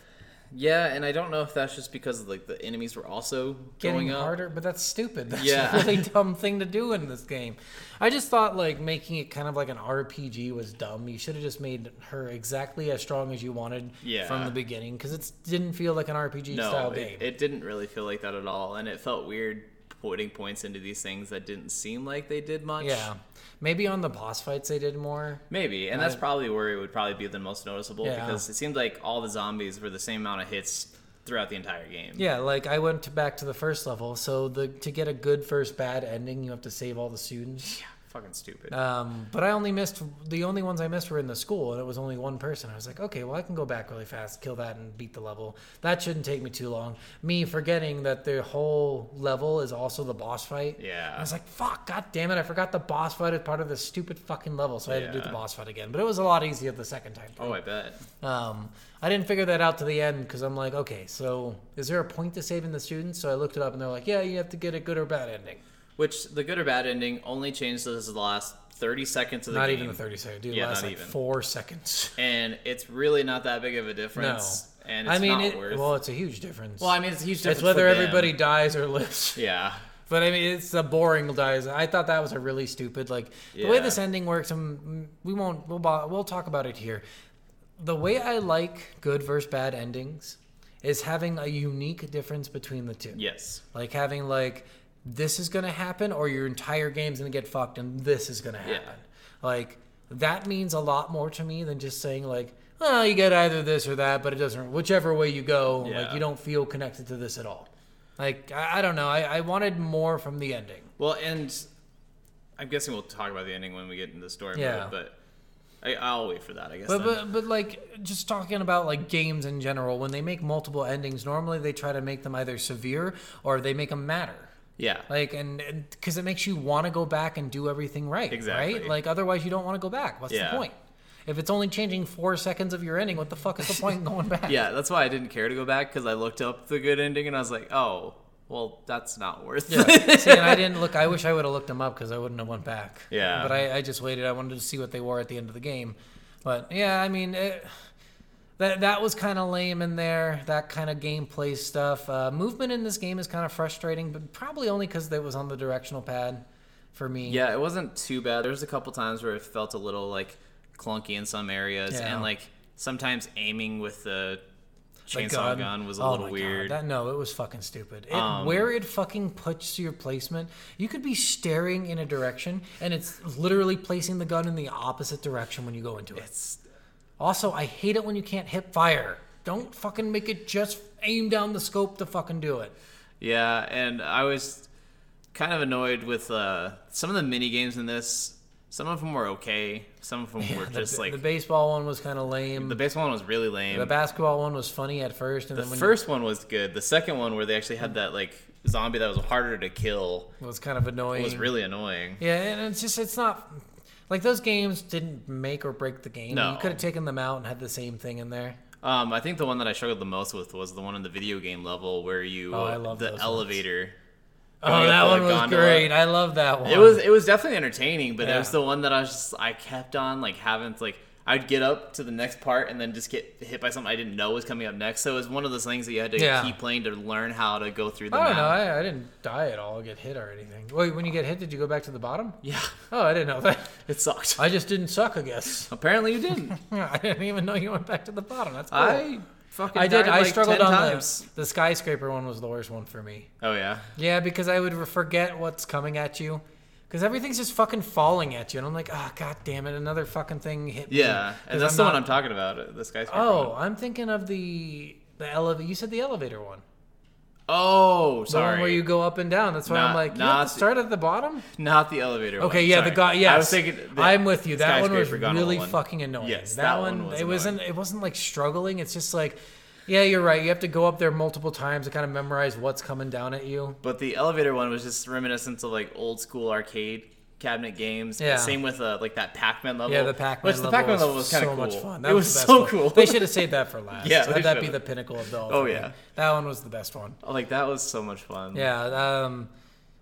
Speaker 2: Yeah, and I don't know if that's just because like the enemies were also
Speaker 1: Getting
Speaker 2: going up.
Speaker 1: harder, but that's stupid. That's
Speaker 2: Yeah.
Speaker 1: a really dumb thing to do in this game. I just thought like making it kind of like an RPG was dumb. You should have just made her exactly as strong as you wanted
Speaker 2: Yeah.
Speaker 1: from the beginning because it didn't feel like an RPG
Speaker 2: No,
Speaker 1: style
Speaker 2: it,
Speaker 1: game.
Speaker 2: it didn't really feel like that at all, and it felt weird putting points into these things that didn't seem like they did much.
Speaker 1: yeah, maybe on the boss fights they did more.
Speaker 2: Maybe, and that's probably where it would probably be the most noticeable
Speaker 1: Yeah.
Speaker 2: because it seemed like all the zombies were the same amount of hits throughout the entire game.
Speaker 1: Yeah, like I went to back to the first level, so the to get a good first bad ending, you have to save all the students.
Speaker 2: Fucking stupid.
Speaker 1: Um, but I only missed the only ones I missed were in the school, and it was only one person. I was like, okay, well, I can go back really fast, kill that, and beat the level. That shouldn't take me too long. Me forgetting that the whole level is also the boss fight.
Speaker 2: Yeah.
Speaker 1: I was like, fuck, god damn it, I forgot the boss fight is part of this stupid fucking level, so I had to do the
Speaker 2: Yeah.
Speaker 1: boss fight again. But it was a lot easier the second time.
Speaker 2: oh, I bet.
Speaker 1: Um, I didn't figure that out to the end because I'm like, okay, so is there a point to saving the students? So I looked it up, and they're like, yeah, you have to get a good or bad ending.
Speaker 2: Which the good or bad ending only changed this the last thirty seconds of the
Speaker 1: Not
Speaker 2: game.
Speaker 1: even the 30 second, dude.
Speaker 2: Yeah,
Speaker 1: last
Speaker 2: not
Speaker 1: like
Speaker 2: even.
Speaker 1: four seconds.
Speaker 2: and it's really not that big of a
Speaker 1: No,
Speaker 2: difference. And it's
Speaker 1: I mean,
Speaker 2: not
Speaker 1: it,
Speaker 2: worth.
Speaker 1: well, it's a huge difference.
Speaker 2: well, I mean, it's a huge difference.
Speaker 1: it's whether
Speaker 2: for them.
Speaker 1: everybody dies or lives.
Speaker 2: Yeah.
Speaker 1: But I mean, it's the boring dies. I thought that was a really stupid. Like the way
Speaker 2: Yeah.
Speaker 1: this ending works, and we won't. We'll bo- we'll talk about it here. The way I like good versus bad endings is having a unique difference between the two.
Speaker 2: Yes.
Speaker 1: Like having like this is gonna happen or your entire game's gonna get fucked and this is gonna happen.
Speaker 2: Yeah.
Speaker 1: Like that means a lot more to me than just saying like, oh, you get either this or that, but it doesn't whichever way you go, like
Speaker 2: Yeah.
Speaker 1: you don't feel connected to this at all. Like I, I don't know. I, I wanted more from the ending.
Speaker 2: Well, and I'm guessing we'll talk about the ending when we get into the story.
Speaker 1: Yeah.
Speaker 2: Mode, but I, I'll wait for that. I guess.
Speaker 1: But,
Speaker 2: then.
Speaker 1: but but like just talking about like games in general, when they make multiple endings, normally they try to make them either severe or they make them matter.
Speaker 2: yeah.
Speaker 1: Like, and because it makes you want to go back and do everything right.
Speaker 2: Exactly.
Speaker 1: Right? Like, otherwise, you don't want to go back. What's
Speaker 2: Yeah.
Speaker 1: the point? If it's only changing four seconds of your ending, what the fuck is the point in going back?
Speaker 2: yeah, that's why I didn't care to go back because I looked up the good ending and I was like, oh, well, that's not worth it.
Speaker 1: See, and I didn't look. I wish I would have looked them up because I wouldn't have went back.
Speaker 2: Yeah.
Speaker 1: But I, I just waited. I wanted to see what they wore at the end of the game. But yeah, I mean, it, that that was kind of lame in there. That kind of gameplay stuff. Uh, movement in this game is kind of frustrating, but probably only because it was on the directional pad for me.
Speaker 2: yeah, it wasn't too bad. There was a couple times where it felt a little like clunky in some areas,
Speaker 1: Yeah.
Speaker 2: and like sometimes aiming with the
Speaker 1: The
Speaker 2: chainsaw gun. was a
Speaker 1: Oh
Speaker 2: little
Speaker 1: my God,
Speaker 2: weird. Um,
Speaker 1: That, no, it was fucking stupid. It, where it fucking puts your placement, you could be staring in a direction and it's literally placing the gun in the opposite direction when you go into it. also, I hate it when you can't hip fire. Don't fucking make it just aim down the scope to fucking do it.
Speaker 2: Yeah, and I was kind of annoyed with uh, some of the mini games in this. Some of them were okay. Some of them were
Speaker 1: The-
Speaker 2: just
Speaker 1: the,
Speaker 2: like the,
Speaker 1: baseball one was kind of lame. The,
Speaker 2: baseball one was really lame.
Speaker 1: basketball one was funny at first, and
Speaker 2: The
Speaker 1: then when
Speaker 2: first one was good. The second one where they actually had that like zombie that was harder to kill
Speaker 1: you, was kind of annoying.
Speaker 2: was really annoying.
Speaker 1: Yeah, and it's just it's not like those games didn't make or break the game.
Speaker 2: No.
Speaker 1: You could have taken them out and had the same thing in there.
Speaker 2: Um, I think the one that I struggled the most with was the one in the video game level where you
Speaker 1: Oh, I
Speaker 2: uh,
Speaker 1: love
Speaker 2: the
Speaker 1: those ones.
Speaker 2: elevator.
Speaker 1: Oh,
Speaker 2: going
Speaker 1: that
Speaker 2: up the
Speaker 1: one was
Speaker 2: gondola.
Speaker 1: great. I love that one.
Speaker 2: It was it was definitely entertaining, but it
Speaker 1: Yeah.
Speaker 2: was the one that I was just I kept on like having like I'd get up to the next part and then just get hit by something I didn't know was coming up next. So it was one of those things that you had to
Speaker 1: Yeah.
Speaker 2: keep playing to learn how to go through the
Speaker 1: I don't
Speaker 2: map.
Speaker 1: know. I, I didn't die at all, get hit or anything. Wait, when you get hit, did you go back to the bottom?
Speaker 2: Yeah,
Speaker 1: Oh, I didn't know that.
Speaker 2: it sucked.
Speaker 1: I just didn't suck, I guess.
Speaker 2: Apparently you didn't.
Speaker 1: I didn't even know you went back to the bottom. That's cool.
Speaker 2: I fucking
Speaker 1: I did.
Speaker 2: died,
Speaker 1: I
Speaker 2: like,
Speaker 1: struggled
Speaker 2: 10
Speaker 1: on
Speaker 2: times.
Speaker 1: the the skyscraper one was the worst one for me.
Speaker 2: Oh yeah.
Speaker 1: Yeah, because I would forget what's coming at you. Because everything's just fucking falling at you, and I'm like, ah, god damn it, another fucking thing hit me.
Speaker 2: Yeah,
Speaker 1: 'Cause
Speaker 2: and that's
Speaker 1: I'm
Speaker 2: the
Speaker 1: not-
Speaker 2: one I'm talking about. uh, The skyscraper.
Speaker 1: Oh,
Speaker 2: one.
Speaker 1: I'm thinking of the the elevator. You said the elevator one.
Speaker 2: oh,
Speaker 1: The
Speaker 2: sorry.
Speaker 1: one where you go up and down. That's why I'm
Speaker 2: Not-
Speaker 1: like, you
Speaker 2: not
Speaker 1: have to
Speaker 2: the-
Speaker 1: start at the bottom.
Speaker 2: Not the elevator.
Speaker 1: Okay,
Speaker 2: one.
Speaker 1: yeah,
Speaker 2: Sorry.
Speaker 1: the guy. Yes,
Speaker 2: I was thinking. the
Speaker 1: I'm with you. That one was
Speaker 2: skyscraper gondola
Speaker 1: really
Speaker 2: one.
Speaker 1: fucking annoying.
Speaker 2: Yes,
Speaker 1: that, one. it wasn't. It wasn't like struggling. It's just like Yeah, you're right. You have to go up there multiple times to kind of memorize what's coming down at you.
Speaker 2: But the elevator one was just reminiscent of like old school arcade cabinet games.
Speaker 1: Yeah.
Speaker 2: Yeah. Same with uh, like that Pac-Man level.
Speaker 1: Yeah, the Pac-Man
Speaker 2: Which
Speaker 1: level,
Speaker 2: the Pac-Man
Speaker 1: was
Speaker 2: level was kind
Speaker 1: so
Speaker 2: of cool.
Speaker 1: much fun. That
Speaker 2: it
Speaker 1: was,
Speaker 2: was,
Speaker 1: the best
Speaker 2: so
Speaker 1: one.
Speaker 2: cool.
Speaker 1: They should have saved that for last.
Speaker 2: Yeah,
Speaker 1: Let
Speaker 2: they
Speaker 1: that be
Speaker 2: should've.
Speaker 1: the pinnacle of the. whole
Speaker 2: Oh,
Speaker 1: thing.
Speaker 2: yeah.
Speaker 1: that one was the best one.
Speaker 2: like that was so much fun.
Speaker 1: Yeah. Um,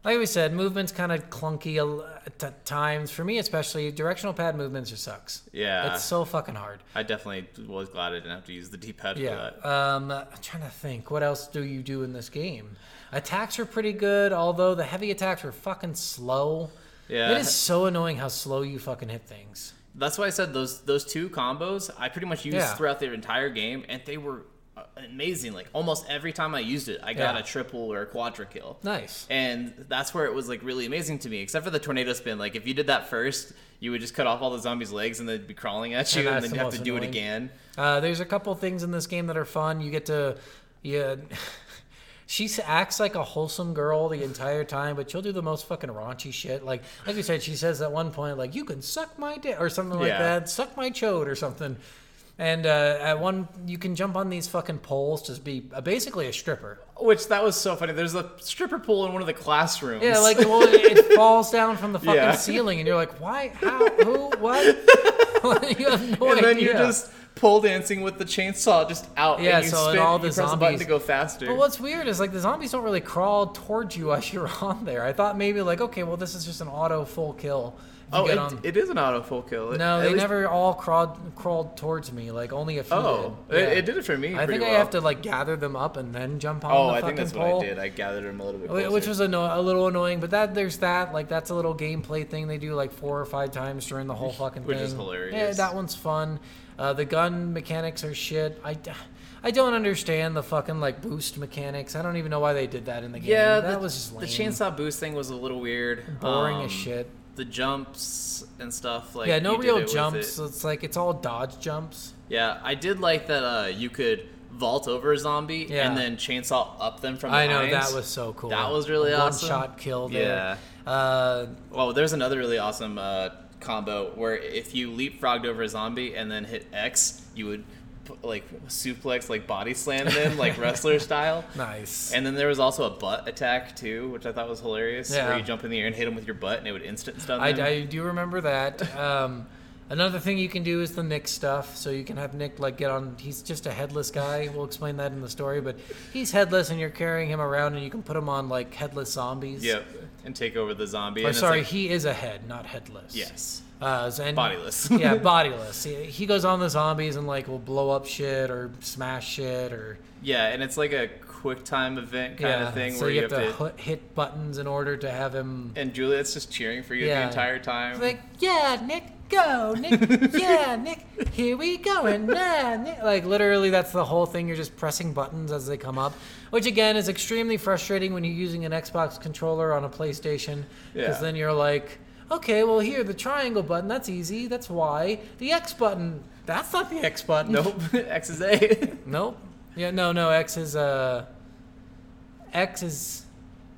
Speaker 1: like we said, movement's kind of clunky a l- at t- times. For me, especially, directional pad movements just sucks.
Speaker 2: Yeah.
Speaker 1: It's so fucking hard.
Speaker 2: I definitely was glad I didn't have to use the D-pad for
Speaker 1: Yeah.
Speaker 2: that.
Speaker 1: Um, I'm trying to think. What else do you do in this game? Attacks are pretty good, although the heavy attacks are fucking slow.
Speaker 2: Yeah.
Speaker 1: It is so annoying how slow you fucking hit things.
Speaker 2: That's why I said those those two combos I pretty much used
Speaker 1: Yeah.
Speaker 2: throughout the entire game, and they were uh, amazing. Like almost every time I used it, I got
Speaker 1: Yeah.
Speaker 2: a triple or a quadra kill.
Speaker 1: Nice.
Speaker 2: And that's where it was like really amazing to me, except for the tornado spin. Like if you did that first, you would just cut off all the zombies' legs, and they'd be crawling at you, and,
Speaker 1: that's
Speaker 2: then
Speaker 1: the
Speaker 2: you have to
Speaker 1: most
Speaker 2: do it
Speaker 1: annoying.
Speaker 2: again.
Speaker 1: Uh, there's a couple things in this game that are fun. You get to, yeah. She s- acts like a wholesome girl the entire time, but she'll do the most fucking raunchy shit. Like, like you said, she says at one point, like, "You can suck my dick" or something like
Speaker 2: Yeah.
Speaker 1: that. Suck my chode or something. And uh, at one, you can jump on these fucking poles to be uh, basically a stripper.
Speaker 2: Which that was so funny. There's a stripper pool in one of the classrooms.
Speaker 1: Yeah, like well, it, it falls down from the fucking
Speaker 2: Yeah.
Speaker 1: ceiling, and you're like, "Why? How? Who? What?" you have no
Speaker 2: and
Speaker 1: idea.
Speaker 2: then you're just pole dancing with the chainsaw just out.
Speaker 1: Yeah,
Speaker 2: and you
Speaker 1: so and
Speaker 2: spin,
Speaker 1: all
Speaker 2: you
Speaker 1: the
Speaker 2: press a button
Speaker 1: zombies-
Speaker 2: to go faster.
Speaker 1: But what's weird is like the zombies don't really crawl towards you as you're on there. I thought maybe like okay, well this is just an auto full kill. If you
Speaker 2: oh,
Speaker 1: get
Speaker 2: it,
Speaker 1: on-
Speaker 2: it is an auto full kill. It-
Speaker 1: no,
Speaker 2: at
Speaker 1: they
Speaker 2: least-
Speaker 1: never all crawled crawled towards me. Like only a few.
Speaker 2: Oh,
Speaker 1: did. Yeah.
Speaker 2: it, it did it for me.
Speaker 1: I
Speaker 2: pretty
Speaker 1: think
Speaker 2: well.
Speaker 1: I have to like gather them up and then jump on.
Speaker 2: Oh,
Speaker 1: the
Speaker 2: I
Speaker 1: fucking
Speaker 2: think that's
Speaker 1: pole.
Speaker 2: what I did. I gathered him a little bit.
Speaker 1: Wh-
Speaker 2: Closer.
Speaker 1: Which was anno- a little annoying, but that there's that like that's a little gameplay thing they do like four or five times during the whole fucking
Speaker 2: Which
Speaker 1: thing.
Speaker 2: is hilarious.
Speaker 1: Yeah, that one's fun. Uh, the gun mechanics are shit. I, d- I don't understand the fucking like boost mechanics. I don't even know why they did that in the game.
Speaker 2: yeah,
Speaker 1: that
Speaker 2: the,
Speaker 1: was just lame.
Speaker 2: the chainsaw boost thing was a little weird,
Speaker 1: boring
Speaker 2: Um,
Speaker 1: as shit.
Speaker 2: The jumps and stuff like
Speaker 1: Yeah, no
Speaker 2: you did it
Speaker 1: real
Speaker 2: with
Speaker 1: jumps.
Speaker 2: it.
Speaker 1: so It's like it's all dodge jumps.
Speaker 2: Yeah, I did like that. Uh, you could vault over a zombie
Speaker 1: Yeah.
Speaker 2: and then chainsaw up them from.
Speaker 1: I know
Speaker 2: behind.
Speaker 1: that was so cool.
Speaker 2: That was really
Speaker 1: A
Speaker 2: awesome.
Speaker 1: One shot kill there. Yeah. Uh,
Speaker 2: Well, there's another really awesome uh, combo where if you leapfrogged over a zombie and then hit X, you would p- like suplex, like body slam them, like wrestler style.
Speaker 1: nice.
Speaker 2: And then there was also a butt attack too, which I thought was hilarious.
Speaker 1: Yeah.
Speaker 2: Where you jump in the air and hit them with your butt, and it would instant stun
Speaker 1: I,
Speaker 2: them.
Speaker 1: I do remember that. Um, another thing you can do is the Nick stuff. So you can have Nick like get on. He's just a headless guy. We'll explain that in the story, but he's headless, and you're carrying him around, and you can put him on like headless zombies.
Speaker 2: yep, and take over the zombie.
Speaker 1: Or
Speaker 2: and it's
Speaker 1: Oh, sorry,
Speaker 2: like-
Speaker 1: he is a head, not headless.
Speaker 2: yes,
Speaker 1: Uh, so- and-
Speaker 2: Bodiless.
Speaker 1: yeah, bodiless. He, he goes on the zombies and like will blow up shit or smash shit or
Speaker 2: yeah, and it's like a quick time event kind
Speaker 1: yeah.
Speaker 2: of thing
Speaker 1: so
Speaker 2: where
Speaker 1: you have to,
Speaker 2: to.
Speaker 1: hu- hit buttons in order to have him.
Speaker 2: and Juliet's just cheering for you
Speaker 1: Yeah.
Speaker 2: the entire time.
Speaker 1: Like, yeah, Nick, go, Nick, yeah, Nick, here we go, and nah, Nick. Like, literally, that's the whole thing. You're just pressing buttons as they come up, which again is extremely frustrating when you're using an Xbox controller on a PlayStation, because
Speaker 2: Yeah.
Speaker 1: then you're like, okay, well, here, the triangle button, that's easy, that's Y. The X button, that's not the X button. Uh,
Speaker 2: nope, X is A.
Speaker 1: Nope. Yeah, no, no, X is, uh, X is,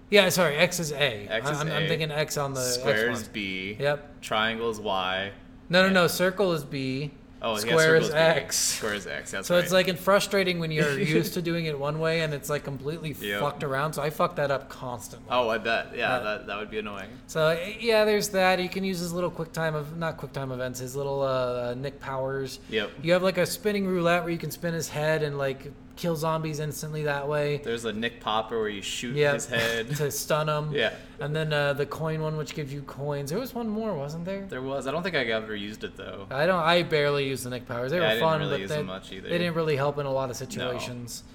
Speaker 1: yeah, sorry, X is A.
Speaker 2: X
Speaker 1: I-
Speaker 2: is
Speaker 1: I'm, I'm
Speaker 2: A.
Speaker 1: thinking X on the
Speaker 2: Squares
Speaker 1: Xbox.
Speaker 2: B.
Speaker 1: Yep.
Speaker 2: Triangle is Y.
Speaker 1: No, no, no. Circle is B.
Speaker 2: Oh, yeah,
Speaker 1: square
Speaker 2: circle
Speaker 1: is
Speaker 2: B.
Speaker 1: X.
Speaker 2: Square is X. That's
Speaker 1: So
Speaker 2: right.
Speaker 1: it's like and frustrating when you're used to doing it one way and it's like completely
Speaker 2: Yep.
Speaker 1: fucked around. So I fuck that up constantly.
Speaker 2: Oh, I bet. Yeah,
Speaker 1: Uh,
Speaker 2: that, that would be annoying.
Speaker 1: So yeah, there's that. You can use his little quick time of not quick time events. His little uh, Nick powers.
Speaker 2: Yep.
Speaker 1: You have like a spinning roulette where you can spin his head and like kill zombies instantly that way.
Speaker 2: There's a Nick Popper where you shoot
Speaker 1: Yeah.
Speaker 2: his head.
Speaker 1: to stun him.
Speaker 2: Yeah.
Speaker 1: And then uh, the coin one, which gives you coins. There was one more, wasn't there?
Speaker 2: There was. I don't think I ever used it though.
Speaker 1: I don't. I barely use the Nick powers. They
Speaker 2: Yeah,
Speaker 1: were
Speaker 2: I didn't
Speaker 1: fun,
Speaker 2: really
Speaker 1: but
Speaker 2: use
Speaker 1: they,
Speaker 2: them much either.
Speaker 1: they didn't really help in a lot of situations.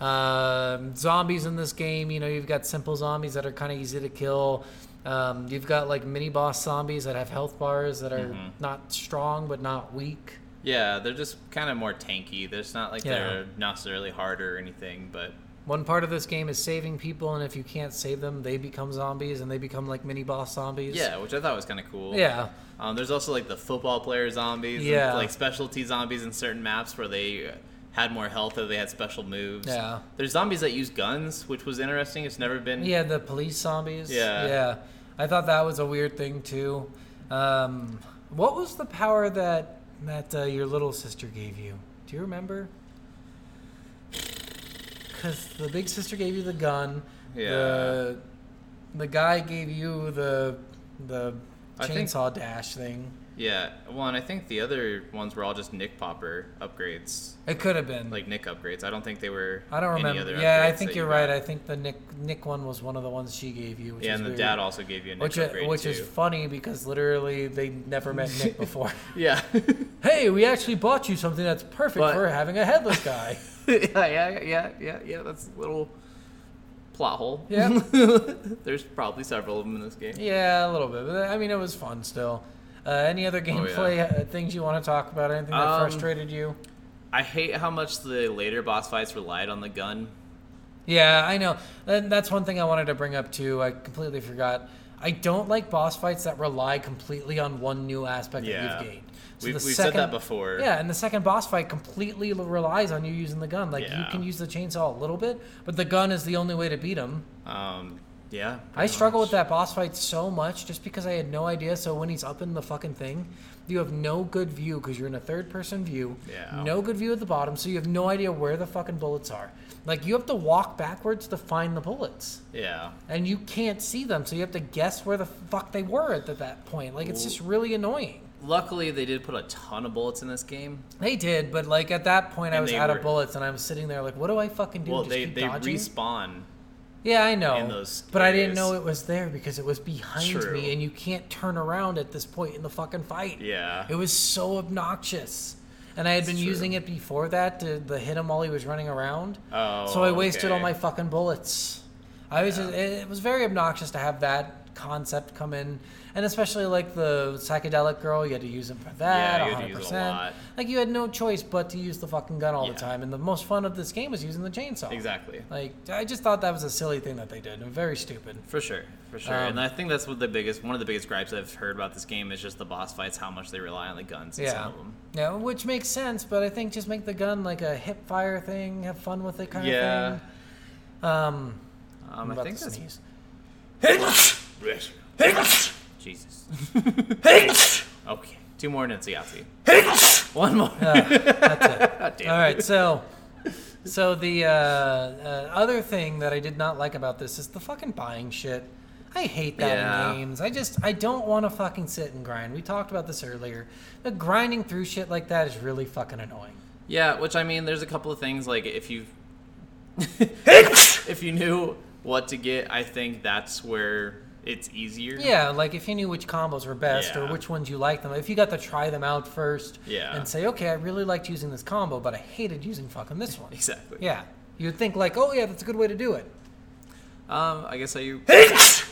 Speaker 1: Um, zombies in this game, you know, you've got simple zombies that are kind of easy to kill. Um, you've got like mini boss zombies that have health bars that are
Speaker 2: Mm-hmm.
Speaker 1: not strong but not weak.
Speaker 2: Yeah, they're just kind of more tanky. There's not like
Speaker 1: Yeah.
Speaker 2: they're not necessarily harder or anything, but
Speaker 1: One part of this game is saving people, and if you can't save them, they become zombies and they become like mini boss zombies.
Speaker 2: yeah, which I thought was kind of cool.
Speaker 1: Yeah.
Speaker 2: Um, there's also like the football player zombies.
Speaker 1: Yeah.
Speaker 2: And, like specialty zombies in certain maps where they uh, had more health or they had special moves.
Speaker 1: Yeah.
Speaker 2: There's zombies that use guns, which was interesting. It's never been.
Speaker 1: Yeah, the police zombies.
Speaker 2: Yeah.
Speaker 1: Yeah. I thought that was a weird thing too. Um, what was the power that that uh, your little sister gave you? Do you remember? Because the big sister gave you the gun. The, the guy gave you the the
Speaker 2: I think-
Speaker 1: chainsaw dash thing.
Speaker 2: Yeah. Well, and I think the other ones were all just Nick Popper upgrades,
Speaker 1: It could have been.
Speaker 2: like Nick upgrades. I don't think they were.
Speaker 1: I don't
Speaker 2: any
Speaker 1: remember.
Speaker 2: other
Speaker 1: Yeah, I
Speaker 2: upgrades
Speaker 1: think
Speaker 2: that
Speaker 1: you're
Speaker 2: you
Speaker 1: right.
Speaker 2: got.
Speaker 1: I think the Nick Nick one was one of the ones she gave you. Which
Speaker 2: yeah,
Speaker 1: is
Speaker 2: and the
Speaker 1: weird.
Speaker 2: dad also gave you a Nick
Speaker 1: Which, uh,
Speaker 2: upgrade
Speaker 1: which
Speaker 2: too.
Speaker 1: is funny because literally they never met Nick before.
Speaker 2: yeah.
Speaker 1: hey, we actually bought you something that's perfect
Speaker 2: But-
Speaker 1: for having a headless guy.
Speaker 2: yeah, yeah, yeah, yeah, yeah. That's a little plot hole.
Speaker 1: Yeah.
Speaker 2: There's probably several of them in this game.
Speaker 1: yeah, a little bit, but uh, I mean it was fun still. Uh, any other gameplay uh things you want to talk about? Anything that
Speaker 2: Oh, Um,
Speaker 1: frustrated you?
Speaker 2: I hate how much the later boss fights relied on the gun.
Speaker 1: Yeah, I know. And that's one thing I wanted to bring up too. I completely forgot. I don't like boss fights that rely completely on one new aspect
Speaker 2: Yeah.
Speaker 1: that you've gained.
Speaker 2: We've-
Speaker 1: the
Speaker 2: we've said that before.
Speaker 1: Yeah, and the second boss fight completely l- relies on you using the gun. Like
Speaker 2: Yeah.
Speaker 1: you can use the chainsaw a little bit, but the gun is the only way to beat him.
Speaker 2: Um, yeah.
Speaker 1: I struggle with that boss fight so much just because I had no idea. So when he's up in the fucking thing, you have no good view because you're in a third person view.
Speaker 2: Yeah.
Speaker 1: No good view at the bottom, so you have no idea where the fucking bullets are. Like you have to walk backwards to find the bullets,
Speaker 2: Yeah.
Speaker 1: and you can't see them, so you have to guess where the fuck they were at th- that point. Like it's just really annoying.
Speaker 2: Luckily, they did put a ton of bullets in this game.
Speaker 1: They did, but like at that point, I
Speaker 2: And
Speaker 1: was
Speaker 2: they
Speaker 1: out
Speaker 2: were-
Speaker 1: of bullets, and I was sitting there like, what do I fucking do?
Speaker 2: well,
Speaker 1: just
Speaker 2: they
Speaker 1: keep
Speaker 2: they
Speaker 1: dodging?
Speaker 2: respawn.
Speaker 1: Yeah, I know.
Speaker 2: in those
Speaker 1: but I didn't
Speaker 2: areas.
Speaker 1: know it was there because it was behind
Speaker 2: True.
Speaker 1: me, and you can't turn around at this point in the fucking fight.
Speaker 2: Yeah.
Speaker 1: It was so obnoxious. And I had been
Speaker 2: It's true.
Speaker 1: using it before that to the hit him while he was running around.
Speaker 2: Oh,
Speaker 1: so I wasted all
Speaker 2: okay.
Speaker 1: my fucking bullets. I was just, it it was very obnoxious to have that concept come in, and especially like the psychedelic girl, you had to use it for that.
Speaker 2: Yeah, you
Speaker 1: 100%.
Speaker 2: had to use it a lot.
Speaker 1: Like you had no choice but to use the fucking gun all
Speaker 2: Yeah.
Speaker 1: the time, and the most fun of this game was using the chainsaw.
Speaker 2: Exactly.
Speaker 1: Like I just thought that was a silly thing that they did. and Very stupid.
Speaker 2: For sure, for sure,
Speaker 1: Um,
Speaker 2: and I think that's what the biggest one of the biggest gripes I've heard about this game is just the boss fights, how much they rely on the guns. In
Speaker 1: Yeah.
Speaker 2: some of them.
Speaker 1: Yeah, which makes sense, but I think just make the gun like a hip fire thing, have fun with it kind
Speaker 2: Yeah.
Speaker 1: of thing. Um
Speaker 2: Um,
Speaker 1: I'm
Speaker 2: I
Speaker 1: about
Speaker 2: think
Speaker 1: to
Speaker 2: that's
Speaker 1: sneeze.
Speaker 2: Jesus. okay, two more Nunziati. One more.
Speaker 1: Uh.
Speaker 2: that's it.
Speaker 1: All right, so so the uh, uh, other thing that I did not like about this is the fucking buying shit. I hate that
Speaker 2: Yeah.
Speaker 1: in games. I just I don't want to fucking sit and grind. We talked about this earlier. But grinding through shit like that is really fucking annoying.
Speaker 2: Yeah, which I mean, there's a couple of things like if you if you knew what to get, I think that's where it's easier.
Speaker 1: Yeah, like if you knew which combos were best
Speaker 2: Yeah.
Speaker 1: or which ones you liked them, if you got to try them out first
Speaker 2: Yeah.
Speaker 1: and say, okay, I really liked using this combo, but I hated using fucking this one.
Speaker 2: Exactly.
Speaker 1: Yeah. You'd think, like, oh, yeah, that's a good way to do it.
Speaker 2: Um, I guess are you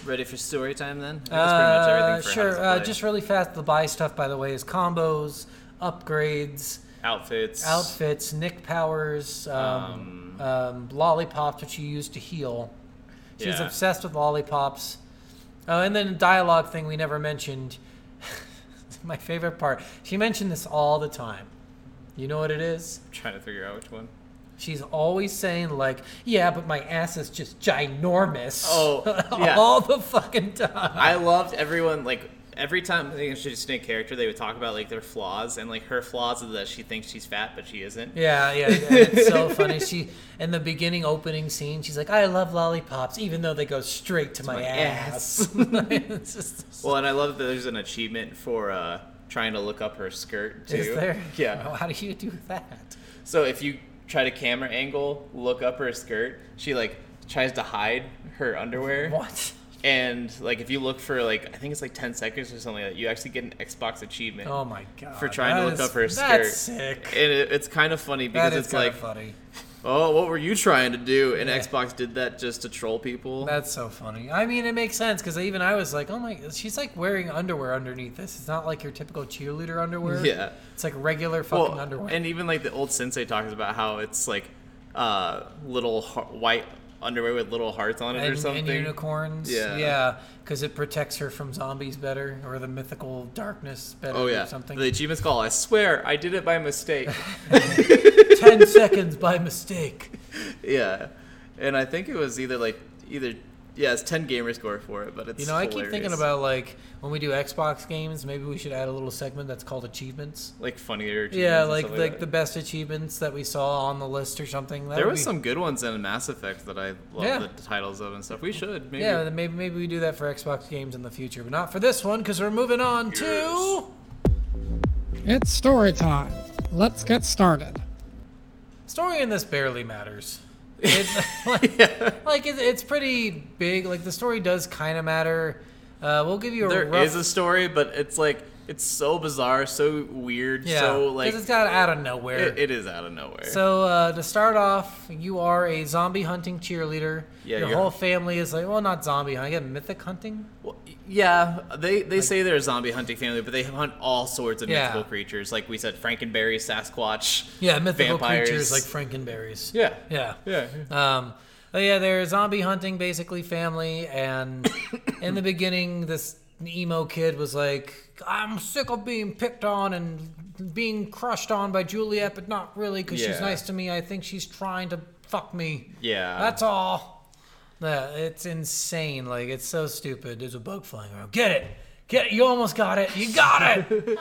Speaker 2: ready for story time then? I think that's pretty much
Speaker 1: Uh,
Speaker 2: everything for how
Speaker 1: sure.
Speaker 2: this
Speaker 1: Uh,
Speaker 2: plays.
Speaker 1: just really fast, the buy stuff, by the way, is combos, upgrades,
Speaker 2: outfits.
Speaker 1: outfits, Nick powers, um, um, lollipops, which you use to heal. She's
Speaker 2: Yeah.
Speaker 1: obsessed with lollipops. Oh, and then a dialogue thing we never mentioned. My favorite part. She mentioned this all the time. You know what it is?
Speaker 2: trying to figure out which one.
Speaker 1: She's always saying like, "Yeah, but my ass is just ginormous."
Speaker 2: Oh, yeah.
Speaker 1: all the fucking time.
Speaker 2: I loved everyone like every time they introduced a new character, they would talk about like their flaws and like her flaws is that she thinks she's fat but she isn't.
Speaker 1: Yeah, yeah, yeah. it's so funny. She in the beginning opening scene, she's like, "I love lollipops, even though they go straight to, my,
Speaker 2: my
Speaker 1: ass." it's just
Speaker 2: Well, and I love that there's an achievement for uh, trying to look up her skirt too.
Speaker 1: Is there? Oh,
Speaker 2: Yeah.
Speaker 1: How do you do that?
Speaker 2: So if you try to camera angle, look up her skirt, she like tries to hide her underwear.
Speaker 1: What?
Speaker 2: And like if you look for like I think it's like 10 seconds or something like that, you actually get an Xbox achievement.
Speaker 1: Oh my god.
Speaker 2: For trying to
Speaker 1: that
Speaker 2: look
Speaker 1: is-
Speaker 2: up her skirt.
Speaker 1: That's sick.
Speaker 2: And it, it's kind of funny because
Speaker 1: That is
Speaker 2: it's
Speaker 1: kind
Speaker 2: like,
Speaker 1: of funny.
Speaker 2: oh, what were you trying to do? And
Speaker 1: Yeah.
Speaker 2: Xbox did that just to troll people.
Speaker 1: That's so funny. I mean, it makes sense because even I was like, "Oh my!" She's like wearing underwear underneath this. It's not like your typical cheerleader underwear.
Speaker 2: Yeah.
Speaker 1: It's like regular
Speaker 2: Well,
Speaker 1: fucking underwear.
Speaker 2: and even like the old sensei talks about how it's like uh, little har- white underwear with little hearts on it
Speaker 1: and,
Speaker 2: or something.
Speaker 1: and unicorns.
Speaker 2: Yeah.
Speaker 1: Yeah, because it protects her from zombies better, or the mythical darkness better,
Speaker 2: Oh yeah,
Speaker 1: or something.
Speaker 2: the achievements call. I swear, I did it by mistake.
Speaker 1: Ten seconds by mistake.
Speaker 2: yeah, and I think it was either like either Yeah, it's 10 gamer score for it, but it's.
Speaker 1: You know, I keep thinking
Speaker 2: hilarious.
Speaker 1: about like when we do Xbox games, maybe we should add a little segment that's called achievements.
Speaker 2: Like funnier. achievements
Speaker 1: Yeah,
Speaker 2: and
Speaker 1: like
Speaker 2: stuff
Speaker 1: like,
Speaker 2: that.
Speaker 1: the best achievements that we saw on the list or something. That
Speaker 2: There
Speaker 1: would
Speaker 2: was
Speaker 1: be-
Speaker 2: some good ones in Mass Effect that I love
Speaker 1: Yeah.
Speaker 2: the titles of and stuff. We should maybe.
Speaker 1: Yeah, then maybe maybe we do that for Xbox games in the future, but not for this one because we're moving on to.
Speaker 6: It's story time. Let's get started.
Speaker 1: story in this barely matters. It, like like it, it's pretty big. Like the story does kind of matter. Uh, we'll give you a
Speaker 2: There
Speaker 1: rough.
Speaker 2: is a story, but it's like it's so bizarre, so weird,
Speaker 1: yeah,
Speaker 2: so
Speaker 1: 'cause
Speaker 2: like
Speaker 1: it's got out of nowhere.
Speaker 2: it, it is out of nowhere.
Speaker 1: so uh, to start off, you are a zombie hunting cheerleader.
Speaker 2: Yeah,
Speaker 1: your
Speaker 2: you're-
Speaker 1: whole family is like, well, not zombie hunting, I get mythic hunting.
Speaker 2: Well, yeah, they they say they're a zombie hunting family, but they hunt all sorts of
Speaker 1: Yeah.
Speaker 2: mythical creatures. Like we said, Frankenberry, Sasquatch.
Speaker 1: Yeah, mythical
Speaker 2: vampires.
Speaker 1: creatures like Frankenberries.
Speaker 2: Yeah.
Speaker 1: Yeah.
Speaker 2: Yeah.
Speaker 1: Um, but yeah, they're a zombie hunting basically family, and in the beginning, this emo kid was like, "I'm sick of being picked on and being crushed on by Juliet, but not really because she's
Speaker 2: Yeah.
Speaker 1: nice to me. I think she's trying to fuck me.
Speaker 2: Yeah.
Speaker 1: That's all. Yeah, it's insane. Like it's so stupid. There's a bug flying around. Get it. Get it. You almost got it. You got it.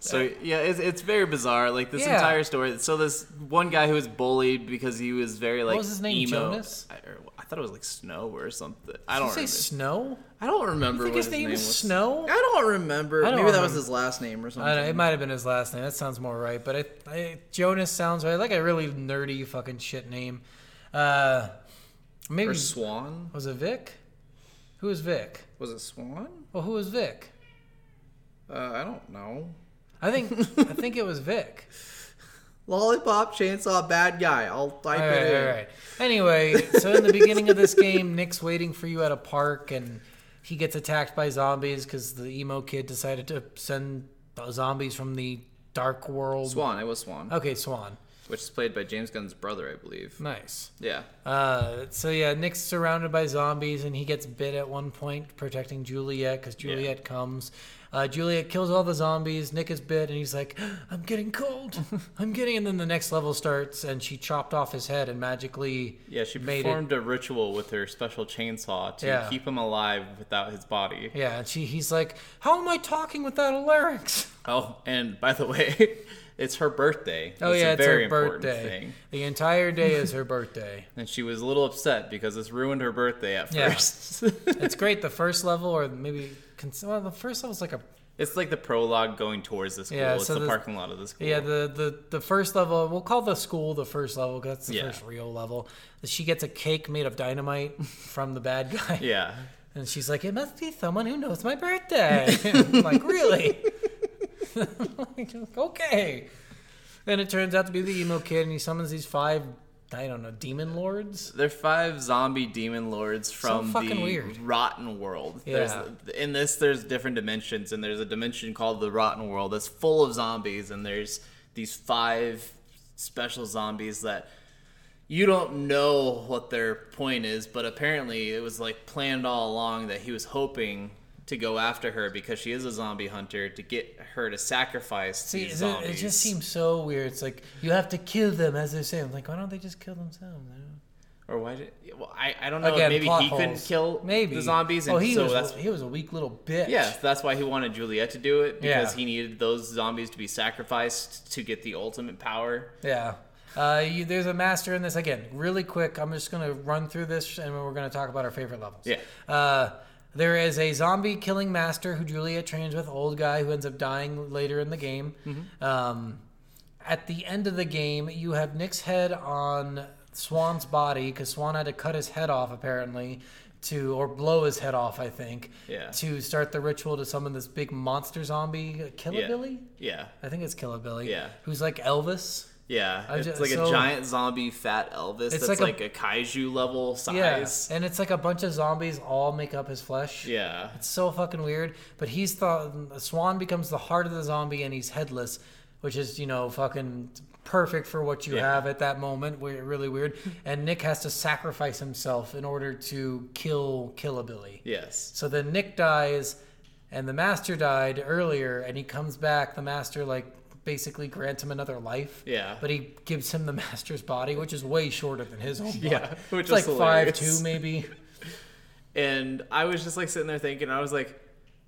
Speaker 2: So yeah, it's, it's very bizarre. Like this
Speaker 1: Yeah.
Speaker 2: entire story. So this one guy who was bullied because he was very like
Speaker 1: was his name,
Speaker 2: emo.
Speaker 1: Jonas?
Speaker 2: I, or, I thought it was like Snow or something. I don't
Speaker 1: Did you say
Speaker 2: remember.
Speaker 1: snow?
Speaker 2: I don't
Speaker 1: I
Speaker 2: remember.
Speaker 1: think
Speaker 2: what
Speaker 1: his name is
Speaker 2: was.
Speaker 1: Snow.
Speaker 2: I don't remember.
Speaker 1: I don't
Speaker 2: Maybe that was
Speaker 1: remember.
Speaker 2: his last name or something.
Speaker 1: I don't know, it might have been his last name. That sounds more right. But I, I, Jonas sounds right. Like a really nerdy fucking shit name. Uh, maybe
Speaker 2: or Swan?
Speaker 1: was it Vic? Who was Vic?
Speaker 2: Was it Swan?
Speaker 1: Well, who was Vic?
Speaker 2: Uh, I don't know.
Speaker 1: I think I think it was Vic.
Speaker 2: Lollipop chainsaw bad guy. I'll type
Speaker 1: All right, all right. Anyway, so in the beginning of this game, Nick's waiting for you at a park, and he gets attacked by zombies because the emo kid decided to send zombies from the dark world.
Speaker 2: Swan. It was Swan,
Speaker 1: Okay, Swan.
Speaker 2: which is played by James Gunn's brother, I believe.
Speaker 1: Nice.
Speaker 2: Yeah.
Speaker 1: Uh, so yeah, Nick's surrounded by zombies, and he gets bit at one point, protecting Juliet because Juliet comes. Uh, Juliet kills all the zombies. Nick is bit, and he's like, "I'm getting cold. I'm getting." And then the next level starts, and she chopped off his head and magically
Speaker 2: Yeah, she
Speaker 1: made
Speaker 2: performed a ritual with her special chainsaw to
Speaker 1: Yeah.
Speaker 2: keep him alive without his body.
Speaker 1: it. Yeah, and she he's like, "How am I talking without a larynx?"
Speaker 2: Oh, and by the way, it's her birthday.
Speaker 1: Oh
Speaker 2: That's
Speaker 1: yeah,
Speaker 2: a
Speaker 1: it's
Speaker 2: very
Speaker 1: her
Speaker 2: important
Speaker 1: birthday.
Speaker 2: Thing.
Speaker 1: The entire day is her birthday.
Speaker 2: And she was a little upset because this ruined her birthday at
Speaker 1: Yeah.
Speaker 2: first.
Speaker 1: It's great. The first level, or maybe cons- well, the first level's like a
Speaker 2: it's like the prologue going towards the school.
Speaker 1: Yeah,
Speaker 2: it's
Speaker 1: so
Speaker 2: the,
Speaker 1: the-
Speaker 2: parking lot of the school.
Speaker 1: Yeah, the, the the first level. We'll call the school the first level because that's the
Speaker 2: Yeah.
Speaker 1: first real level. She gets a cake made of dynamite from the bad guy,
Speaker 2: yeah.
Speaker 1: and she's like, "It must be someone who knows my birthday." I'm like, really? Like, okay. And it turns out to be the emo kid, and he summons these five, I don't know, demon lords.
Speaker 2: They're five zombie demon lords from
Speaker 1: fucking
Speaker 2: the
Speaker 1: weird.
Speaker 2: Rotten World.
Speaker 1: Yeah.
Speaker 2: There's, in this, there's different dimensions, and there's a dimension called the Rotten World that's full of zombies, and there's these five special zombies that you don't know what their point is, but apparently it was like planned all along that he was hoping to go after her because she is a zombie hunter to get her to sacrifice
Speaker 1: See,
Speaker 2: these
Speaker 1: it,
Speaker 2: zombies.
Speaker 1: it just seems so weird. It's like you have to kill them as they're saying. I'm like, why don't they just kill themselves? I don't know.
Speaker 2: or why did? Well, I, I don't know.
Speaker 1: Again,
Speaker 2: Oh, maybe
Speaker 1: plot
Speaker 2: he couldn't
Speaker 1: holes.
Speaker 2: kill
Speaker 1: maybe
Speaker 2: the zombies, and
Speaker 1: oh, he
Speaker 2: so
Speaker 1: was,
Speaker 2: that's
Speaker 1: he was a weak little bitch.
Speaker 2: Yes, that's why he wanted Juliet to do it because
Speaker 1: Yeah.
Speaker 2: he needed those zombies to be sacrificed to get the ultimate power.
Speaker 1: Yeah. Uh, you, there's a master in this again. Really quick, I'm just gonna run through this, and we're gonna talk about our favorite levels.
Speaker 2: Yeah.
Speaker 1: Uh, there is a zombie killing master who Juliet trains with, old guy who ends up dying later in the game.
Speaker 2: Mm-hmm.
Speaker 1: Um, at the end of the game, you have Nick's head on Swan's body because Swan had to cut his head off apparently to or blow his head off, I think.
Speaker 2: Yeah.
Speaker 1: To start the ritual to summon this big monster zombie, Killer
Speaker 2: Yeah.
Speaker 1: Billy.
Speaker 2: Yeah,
Speaker 1: I think it's Killer Billy.
Speaker 2: Yeah.
Speaker 1: Who's like Elvis.
Speaker 2: yeah.
Speaker 1: I
Speaker 2: it's
Speaker 1: ju-
Speaker 2: like
Speaker 1: so-
Speaker 2: a giant zombie fat Elvis
Speaker 1: It's
Speaker 2: that's
Speaker 1: like
Speaker 2: like
Speaker 1: a-
Speaker 2: a, kaiju level
Speaker 1: Yeah,
Speaker 2: size.
Speaker 1: and it's like a bunch of zombies all make up his flesh.
Speaker 2: Yeah,
Speaker 1: It's so fucking weird. But he's the Swan becomes the heart of the zombie, and he's headless, which is you know fucking perfect for what you
Speaker 2: Yeah.
Speaker 1: have at that moment. We're really weird. and Nick has to sacrifice himself in order to kill Killabilly.
Speaker 2: yes.
Speaker 1: So then Nick dies, and the master died earlier, and he comes back. The master like basically grants him another life.
Speaker 2: Yeah.
Speaker 1: But he gives him the master's body, which is way shorter than his own body.
Speaker 2: Yeah, which
Speaker 1: it's
Speaker 2: is
Speaker 1: like five
Speaker 2: hilarious.
Speaker 1: two maybe.
Speaker 2: And I was just like sitting there thinking, I was like,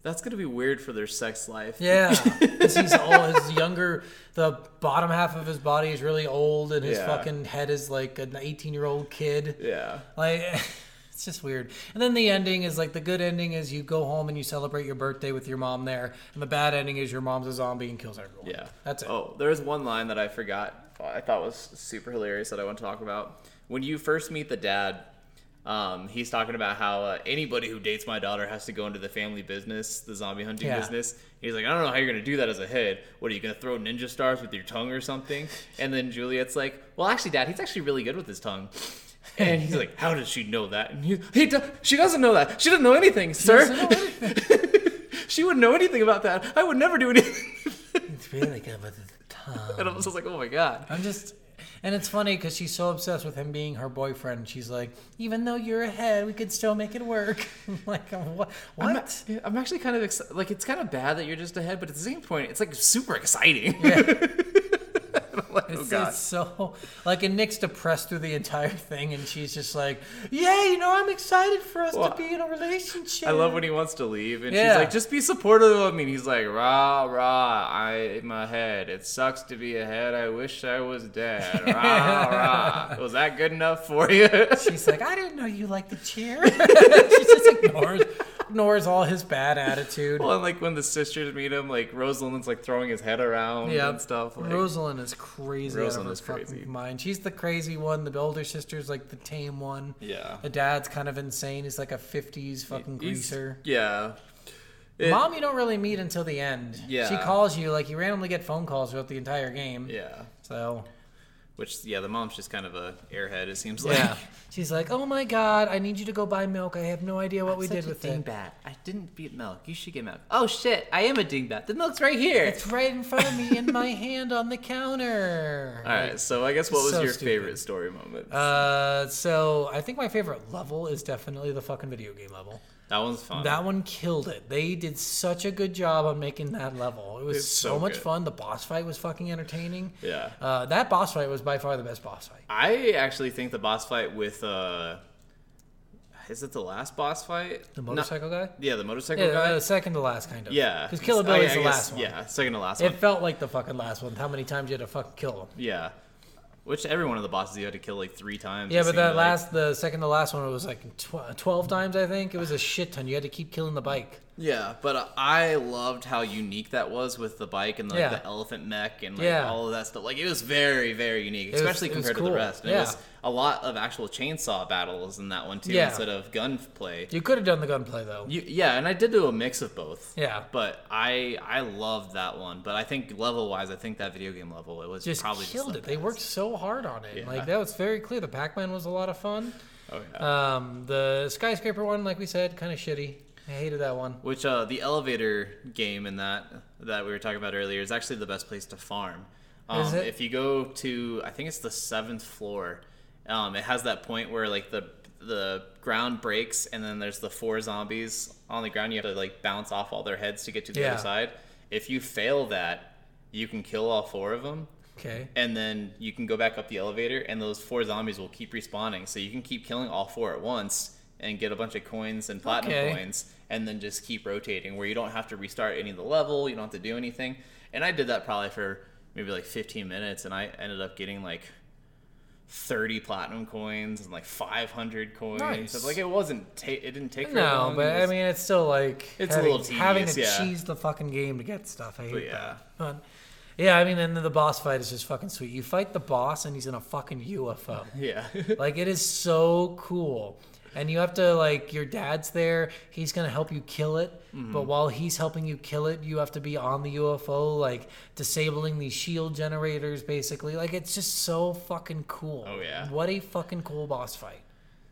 Speaker 2: that's gonna be weird for their sex life.
Speaker 1: Yeah, because he's all his younger. The bottom half of his body is really old, and his
Speaker 2: Yeah.
Speaker 1: fucking head is like an eighteen-year-old kid.
Speaker 2: Yeah.
Speaker 1: Like, it's just weird. And then the ending is like the good ending is you go home and you celebrate your birthday with your mom there, and the bad ending is your mom's a zombie and kills everyone.
Speaker 2: Yeah.
Speaker 1: that's it.
Speaker 2: Oh, there was one line that I forgot. I thought was super hilarious that I want to talk about. When you first meet the dad, um, he's talking about how uh, anybody who dates my daughter has to go into the family business, the zombie hunting
Speaker 1: Yeah.
Speaker 2: business. He's like, I don't know how you're gonna do that as a head. What are you gonna throw ninja stars with your tongue or something? And then Juliet's like, Well, actually, Dad, he's actually really good with his tongue. And he's like, How does she know that? And he, he do- she doesn't know that. She doesn't know anything, sir.
Speaker 1: doesn't know
Speaker 2: she wouldn't know anything about that. I would never do anything.
Speaker 1: It's really good with the tongue.
Speaker 2: And I was just like, oh my god.
Speaker 1: I'm just, and it's funny because she's so obsessed with him being her boyfriend. She's like, even though you're ahead, we could still make it work. I'm like, what?
Speaker 2: I'm,
Speaker 1: What?
Speaker 2: a- oh, I'm actually kind of ex- like it's kind of bad that you're just ahead, but at the same point, it's like super exciting.
Speaker 1: It's,
Speaker 2: oh God.
Speaker 1: it's so like, and Nick's depressed through the entire thing, and she's just like, "Yeah, you know, I'm excited for us
Speaker 2: Well,
Speaker 1: to be in a relationship."
Speaker 2: I love when he wants to leave, and
Speaker 1: Yeah.
Speaker 2: she's like, just be supportive of me. And he's like, rah rah, I'm ahead. It sucks to be ahead. I wish I was dead. Rah rah. Was that good enough for you?
Speaker 1: she's like, "I didn't know you liked the cheer." she just ignores ignores all his bad attitude.
Speaker 2: well, and like when the sisters meet him, like Rosalind's like throwing his head around and stuff. Like,
Speaker 1: Rosalind is crazy.
Speaker 2: Rosalind
Speaker 1: out
Speaker 2: is
Speaker 1: of her
Speaker 2: crazy.
Speaker 1: Fucking mind. She's the crazy one. The older sister's like the tame one.
Speaker 2: Yeah.
Speaker 1: The dad's kind of insane. He's like a '50s fucking
Speaker 2: he's-
Speaker 1: greaser.
Speaker 2: Yeah. It-
Speaker 1: Mom, you don't really meet until the end.
Speaker 2: Yeah.
Speaker 1: She calls you like you randomly get phone calls throughout the entire game.
Speaker 2: Yeah.
Speaker 1: So
Speaker 2: Which yeah, the mom's just kind of a airhead. It seems like.
Speaker 1: Yeah. She's like, "Oh my god, I need you to go buy milk. I have no idea what we did with it.
Speaker 2: dingbat. I didn't beat milk. You should get milk. Oh shit! I am a dingbat. The milk's right here.
Speaker 1: It's right in front of me in my hand on the counter."
Speaker 2: All right. So I guess what was
Speaker 1: So
Speaker 2: your
Speaker 1: stupid.
Speaker 2: favorite story moment?
Speaker 1: Uh, so I think my favorite level is definitely the fucking video game level.
Speaker 2: that one's fun.
Speaker 1: That one killed it. They did such a good job on making that level. It was
Speaker 2: It's
Speaker 1: so,
Speaker 2: so
Speaker 1: much
Speaker 2: good.
Speaker 1: fun. The boss fight was fucking entertaining.
Speaker 2: Yeah.
Speaker 1: Uh, that boss fight was by far the best boss fight.
Speaker 2: I actually think the boss fight with uh, is it the last boss fight?
Speaker 1: The
Speaker 2: No-
Speaker 1: motorcycle guy.
Speaker 2: yeah, the motorcycle
Speaker 1: Yeah, uh,
Speaker 2: guy.
Speaker 1: the second to last kind of.
Speaker 2: yeah.
Speaker 1: Because
Speaker 2: I-
Speaker 1: Killer Bill
Speaker 2: I
Speaker 1: is the
Speaker 2: guess-
Speaker 1: last one.
Speaker 2: Yeah, second to last
Speaker 1: It
Speaker 2: one.
Speaker 1: felt like the fucking last one. How many times you had to fucking kill him?
Speaker 2: Yeah. Which every one of the bosses you had to kill like three times.
Speaker 1: Yeah,
Speaker 2: it
Speaker 1: but
Speaker 2: seemed
Speaker 1: that
Speaker 2: like.
Speaker 1: last, the second to last one, it was like tw- 12 times, I think. It was a shit ton. You had to keep killing the bike.
Speaker 2: Yeah, but uh, I loved how unique that was with the bike and like,
Speaker 1: Yeah.
Speaker 2: the elephant mech and like
Speaker 1: Yeah.
Speaker 2: all of that stuff. Like it was very, very unique,
Speaker 1: was-
Speaker 2: especially
Speaker 1: it was
Speaker 2: compared to
Speaker 1: cool.
Speaker 2: the rest. And
Speaker 1: Yeah.
Speaker 2: It was a lot of actual chainsaw battles in that one too,
Speaker 1: Yeah.
Speaker 2: instead of gunplay.
Speaker 1: You could have done the gunplay, though.
Speaker 2: You, yeah, and I did do a mix of both.
Speaker 1: Yeah.
Speaker 2: but I I loved that one. But I think level wise, I think that video game level it was
Speaker 1: just
Speaker 2: probably
Speaker 1: killed
Speaker 2: just
Speaker 1: it. They worked so hard on it.
Speaker 2: Yeah.
Speaker 1: Like, that was very clear. The Pac Man was a lot of fun.
Speaker 2: Oh yeah.
Speaker 1: Um, the skyscraper one, like we said, kind of shitty. I hated that one.
Speaker 2: Which uh, the elevator game in that that we were talking about earlier is actually the best place to farm. Um,
Speaker 1: Is it?
Speaker 2: If you go to, I think it's the seventh floor. Um, it has that point where like the the ground breaks and then there's the four zombies on the ground. You have to like bounce off all their heads to get to the
Speaker 1: Yeah.
Speaker 2: other side. If you fail that, you can kill all four of them.
Speaker 1: Okay.
Speaker 2: And then you can go back up the elevator, and those four zombies will keep respawning. So you can keep killing all four at once and get a bunch of coins and platinum
Speaker 1: Okay.
Speaker 2: coins, and then just keep rotating where you don't have to restart any of the level. You don't have to do anything. And I did that probably for maybe like 15 minutes, and I ended up getting like 30 platinum coins and like 500 coins.
Speaker 1: Nice.
Speaker 2: So, like it wasn't. Ta- it didn't take. very
Speaker 1: No,
Speaker 2: long.
Speaker 1: but
Speaker 2: It
Speaker 1: I
Speaker 2: was-
Speaker 1: mean, it's still like
Speaker 2: It's a
Speaker 1: having,
Speaker 2: little
Speaker 1: having to
Speaker 2: tedious, yeah.
Speaker 1: cheese the fucking game to get stuff. I hate
Speaker 2: But yeah.
Speaker 1: that. But yeah, I mean, and then the boss fight is just fucking sweet. You fight the boss, and he's in a fucking UFO.
Speaker 2: Yeah.
Speaker 1: like it is so cool. And you have to like your dad's there. He's gonna help you kill it,
Speaker 2: Mm-hmm.
Speaker 1: but while he's helping you kill it, you have to be on the UFO, like disabling these shield generators, basically. Like it's just so fucking cool.
Speaker 2: Oh, yeah.
Speaker 1: What a fucking cool boss fight.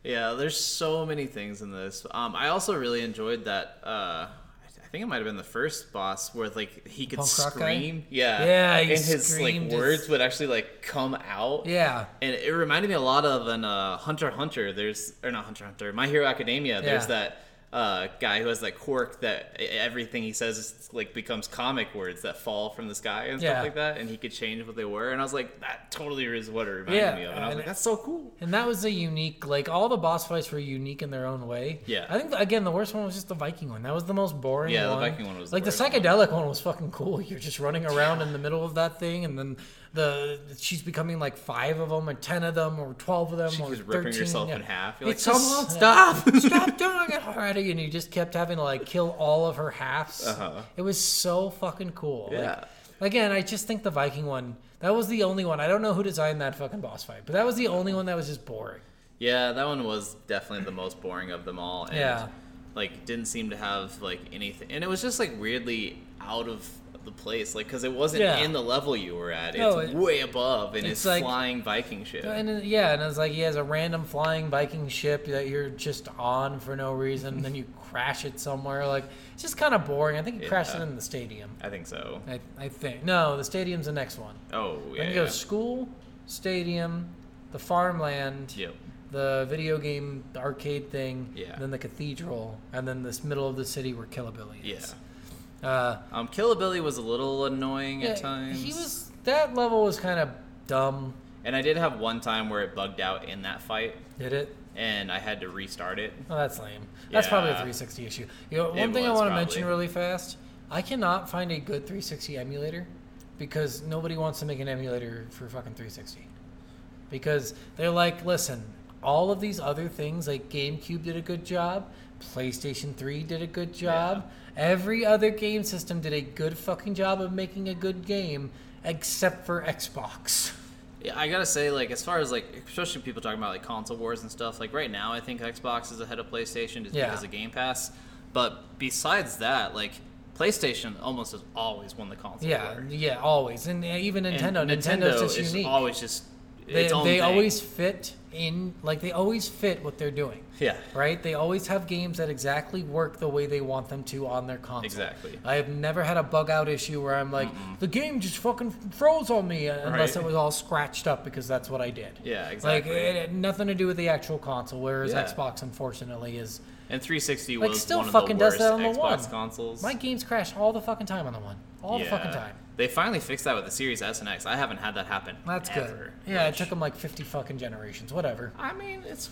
Speaker 2: Yeah, there's so many things in this. Um, I also really enjoyed that. Uh, I think it might have been the first boss where like he could
Speaker 1: punk rock guy?
Speaker 2: scream. Yeah,
Speaker 1: Yeah, he
Speaker 2: and his like
Speaker 1: screamed his-
Speaker 2: words would actually like come out.
Speaker 1: Yeah.
Speaker 2: and it reminded me a lot of an uh, Hunter x Hunter. There's or not Hunter x Hunter, My Hero Academia. There's
Speaker 1: Yeah.
Speaker 2: that uh, guy who has that quirk that e- everything he says is, like becomes comic words that fall from the sky and
Speaker 1: Yeah.
Speaker 2: stuff like that, and he could change what they were. And I was like, that totally is what it reminded
Speaker 1: Yeah,
Speaker 2: me of. And I was
Speaker 1: and
Speaker 2: like,
Speaker 1: it-
Speaker 2: that's so cool.
Speaker 1: And that was a unique, like all the boss fights were unique in their own way.
Speaker 2: Yeah.
Speaker 1: I think again the worst one was just the Viking one. That was the most boring.
Speaker 2: Yeah, the
Speaker 1: one.
Speaker 2: Viking one was the
Speaker 1: like
Speaker 2: worst
Speaker 1: the
Speaker 2: one.
Speaker 1: psychedelic one. was fucking cool. You're just running around in the middle of that thing, and then the she's becoming like five of them, or ten of them, or twelve of them,
Speaker 2: She
Speaker 1: or
Speaker 2: was ripping
Speaker 1: 13,
Speaker 2: herself
Speaker 1: yeah.
Speaker 2: in half. You're like,
Speaker 1: It's
Speaker 2: come
Speaker 1: just-
Speaker 2: on, stop.
Speaker 1: Stop doing it already! And you just kept having to like kill all of her halves.
Speaker 2: Uh-huh.
Speaker 1: It was so fucking cool. Like,
Speaker 2: Yeah.
Speaker 1: Again, I just think the Viking one, that was the only one. I don't know who designed that fucking boss fight, but that was the only one that was just boring.
Speaker 2: Yeah, that one was definitely the most boring of them all. And,
Speaker 1: Yeah.
Speaker 2: Like, didn't seem to have like anything, and it was just like weirdly out of the place, like because it wasn't
Speaker 1: Yeah.
Speaker 2: in the level you were at. It's
Speaker 1: No, it-
Speaker 2: way above, and it's,
Speaker 1: it's like-
Speaker 2: flying Viking ship.
Speaker 1: And then- yeah, and it's like he has a random flying Viking ship that you're just on for no reason, and then you crash it somewhere. Like, it's just kind of boring. I think he crashed it
Speaker 2: Yeah.
Speaker 1: in the stadium.
Speaker 2: I think so.
Speaker 1: I, I think. No, the stadium's the next one.
Speaker 2: Oh yeah.
Speaker 1: Then you
Speaker 2: yeah.
Speaker 1: go school, stadium, the farmland,
Speaker 2: Yep.
Speaker 1: the video game arcade thing,
Speaker 2: Yeah.
Speaker 1: then the cathedral, and then this middle of the city where Killabilly
Speaker 2: Yeah.
Speaker 1: is. Uh,
Speaker 2: Um, Killabilly was a little annoying at
Speaker 1: yeah,
Speaker 2: times.
Speaker 1: he was. That level was kind of dumb.
Speaker 2: and I did have one time where it bugged out in that fight,
Speaker 1: Did it?
Speaker 2: and I had to restart it.
Speaker 1: Oh, that's lame. That's probably a
Speaker 2: Yeah.
Speaker 1: 360 issue. You know, one
Speaker 2: It
Speaker 1: thing I
Speaker 2: was,
Speaker 1: want to
Speaker 2: probably.
Speaker 1: mention really fast I cannot find a good 360 emulator because nobody wants to make an emulator for fucking 360. Because they're like, listen, all of these other things, like GameCube did a good job, PlayStation 3 did a good job, every other game system did a good fucking job of making a good game except for Xbox.
Speaker 2: Yeah, I gotta say, like, as far as like, especially people talking about like console wars and stuff. Like right now, I think Xbox is ahead of PlayStation just
Speaker 1: Yeah.
Speaker 2: because of Game Pass. But besides that, like, PlayStation almost has always won the console
Speaker 1: Yeah,
Speaker 2: war.
Speaker 1: yeah, always. And uh, even
Speaker 2: And
Speaker 1: Nintendo, Nintendo's just
Speaker 2: is
Speaker 1: unique.
Speaker 2: always just
Speaker 1: they,
Speaker 2: its own
Speaker 1: they
Speaker 2: thing.
Speaker 1: always fit in like they always fit what they're doing
Speaker 2: yeah.
Speaker 1: right they always have games that exactly work the way they want them to on their console
Speaker 2: Exactly.
Speaker 1: i have never had a bug out issue where i'm like the game just fucking froze on me uh, unless
Speaker 2: Right.
Speaker 1: it was all scratched up because that's what i did
Speaker 2: Yeah,
Speaker 1: like
Speaker 2: exactly.
Speaker 1: it had nothing to do with the actual console whereas
Speaker 2: Yeah.
Speaker 1: xbox unfortunately is
Speaker 2: And 360
Speaker 1: Like,
Speaker 2: was
Speaker 1: still
Speaker 2: one
Speaker 1: fucking
Speaker 2: of the
Speaker 1: does
Speaker 2: worst
Speaker 1: that on the
Speaker 2: Xbox
Speaker 1: one.
Speaker 2: consoles.
Speaker 1: my games crash all the fucking time on the one all the fucking
Speaker 2: Yeah.
Speaker 1: time
Speaker 2: They finally fixed that with the Series S and X. I haven't had that happen.
Speaker 1: that's
Speaker 2: ever,
Speaker 1: good yeah
Speaker 2: which-
Speaker 1: it took them like 50 fucking generations whatever
Speaker 2: I mean, it's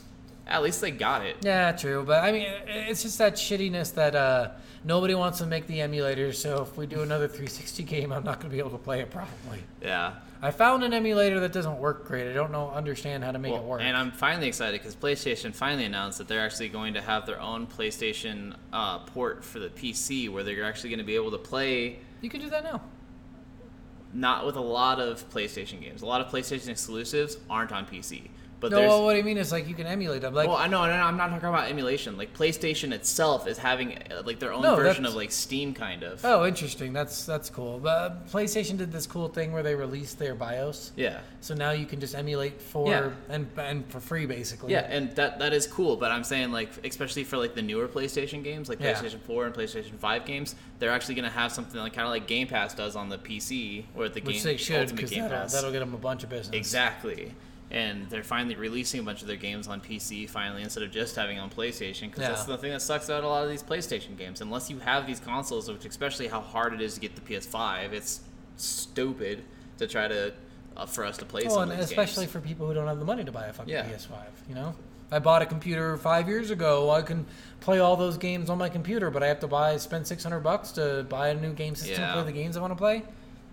Speaker 2: at least they got it.
Speaker 1: Yeah, true, but I mean, i- it's just that shittiness that uh, nobody wants to make the emulator. So if we do another 360 game, I'm not going to be able to play it properly.
Speaker 2: Yeah.
Speaker 1: I found an emulator that doesn't work great. I don't know understand how to make it
Speaker 2: Well,
Speaker 1: work.
Speaker 2: and I'm finally excited because PlayStation finally announced that they're actually going to have their own PlayStation uh, port for the PC, where they're actually going to be able to play
Speaker 1: you can do that now.
Speaker 2: not with a lot of PlayStation games. A lot of PlayStation exclusives aren't on PC, but
Speaker 1: No,
Speaker 2: there's.
Speaker 1: well, what I mean is like you can emulate them. Like
Speaker 2: well, I know, no, no, I'm not talking about emulation. Like PlayStation itself is having uh, like their own
Speaker 1: No,
Speaker 2: version
Speaker 1: that's-
Speaker 2: of like Steam, kind of.
Speaker 1: oh, interesting. That's that's cool. But uh, PlayStation did this cool thing where they released their BIOS.
Speaker 2: Yeah.
Speaker 1: So now you can just emulate for
Speaker 2: Yeah.
Speaker 1: and and for free basically.
Speaker 2: Yeah, and that that is cool, but I'm saying like especially for like the newer PlayStation games, like
Speaker 1: Yeah.
Speaker 2: PlayStation 4 and PlayStation 5 games, they're actually going to have something like kind of like Game Pass does on the PC or the
Speaker 1: Which
Speaker 2: game
Speaker 1: they should
Speaker 2: Ultimate
Speaker 1: because
Speaker 2: Game
Speaker 1: that'll,
Speaker 2: Pass.
Speaker 1: that'll get them a bunch of business.
Speaker 2: exactly. And they're finally releasing a bunch of their games on PC finally instead of just having it on PlayStation because
Speaker 1: Yeah.
Speaker 2: that's the thing that sucks out a lot of these PlayStation games. Unless you have these consoles, which especially how hard it is to get the PS5, it's stupid to try to uh, for us to play.
Speaker 1: Well,
Speaker 2: some
Speaker 1: and
Speaker 2: of these
Speaker 1: especially
Speaker 2: games.
Speaker 1: for people who don't have the money to buy a fucking
Speaker 2: Yeah.
Speaker 1: PS5. You know, I bought a computer five years ago. I can play all those games on my computer, but I have to buy spend six hundred bucks to buy a new game system
Speaker 2: Yeah.
Speaker 1: to play the games I want to play.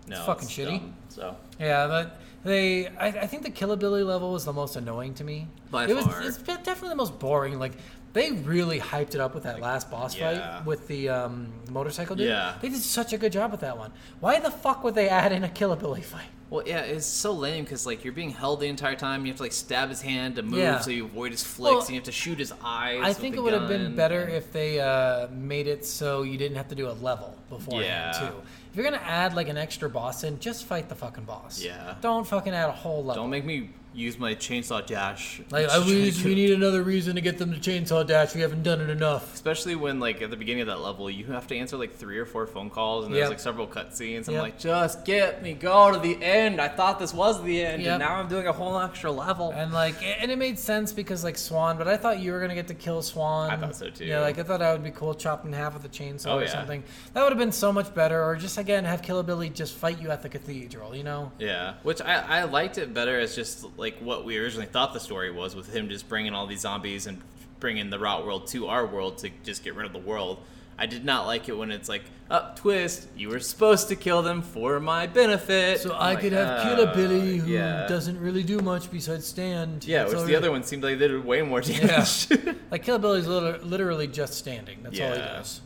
Speaker 2: no,
Speaker 1: fucking shitty.
Speaker 2: dumb, so.
Speaker 1: Yeah, but they. I, I think the Killability level was the most annoying to me.
Speaker 2: By
Speaker 1: it was,
Speaker 2: far.
Speaker 1: It's been definitely the most boring. Like they really hyped it up with that last boss
Speaker 2: yeah.
Speaker 1: fight with the um, motorcycle dude.
Speaker 2: Yeah.
Speaker 1: They did such a good job with that one. Why the fuck would they add in a Killability fight?
Speaker 2: Well, yeah, it's so lame because like you're being held the entire time. You have to like stab his hand to move,
Speaker 1: Yeah.
Speaker 2: so you avoid his flicks,
Speaker 1: Well,
Speaker 2: and you have to shoot his eyes.
Speaker 1: I
Speaker 2: with
Speaker 1: think
Speaker 2: the
Speaker 1: it would have been
Speaker 2: gun,
Speaker 1: better
Speaker 2: and-
Speaker 1: if they uh, made it so you didn't have to do a level beforehand
Speaker 2: Yeah.
Speaker 1: too. If you're gonna add like an extra boss in, just fight the fucking boss.
Speaker 2: Yeah.
Speaker 1: Don't fucking add a whole level.
Speaker 2: Don't make me use my chainsaw dash.
Speaker 1: Like, I, we, we need another reason to get them to chainsaw dash. We haven't done it enough.
Speaker 2: Especially when, like, at the beginning of that level, you have to answer like three or four phone calls, and
Speaker 1: Yep.
Speaker 2: there's like several cutscenes. I'm
Speaker 1: Yep.
Speaker 2: like, just get me go to the end. I thought this was the end,
Speaker 1: Yep.
Speaker 2: and now I'm doing a whole extra level.
Speaker 1: And like, a- and it made sense because like Swan, but I thought you were gonna get to kill Swan.
Speaker 2: I thought so, too.
Speaker 1: Yeah, like I thought that would be cool, chopped in half with a chainsaw
Speaker 2: Oh,
Speaker 1: or
Speaker 2: yeah.
Speaker 1: something. That would have been so much better. Or just again, have Killer Billy just fight you at the cathedral. You know?
Speaker 2: Yeah, which I, I liked it better as just like what we originally thought the story was with him just bringing all these zombies and bringing the rot world to our world to just get rid of the world. I did not like it when it's like, up twist, you were supposed to kill them for my benefit.
Speaker 1: So
Speaker 2: I'm
Speaker 1: I
Speaker 2: like,
Speaker 1: could have
Speaker 2: "Uh,
Speaker 1: Killer Billy, who
Speaker 2: yeah.
Speaker 1: doesn't really do much besides stand.
Speaker 2: Yeah,
Speaker 1: That's
Speaker 2: which
Speaker 1: all
Speaker 2: the
Speaker 1: he-
Speaker 2: other one seemed like they did way more damage.
Speaker 1: Like Killer Billy's liter- literally just standing. That's all he
Speaker 2: Yeah.
Speaker 1: does.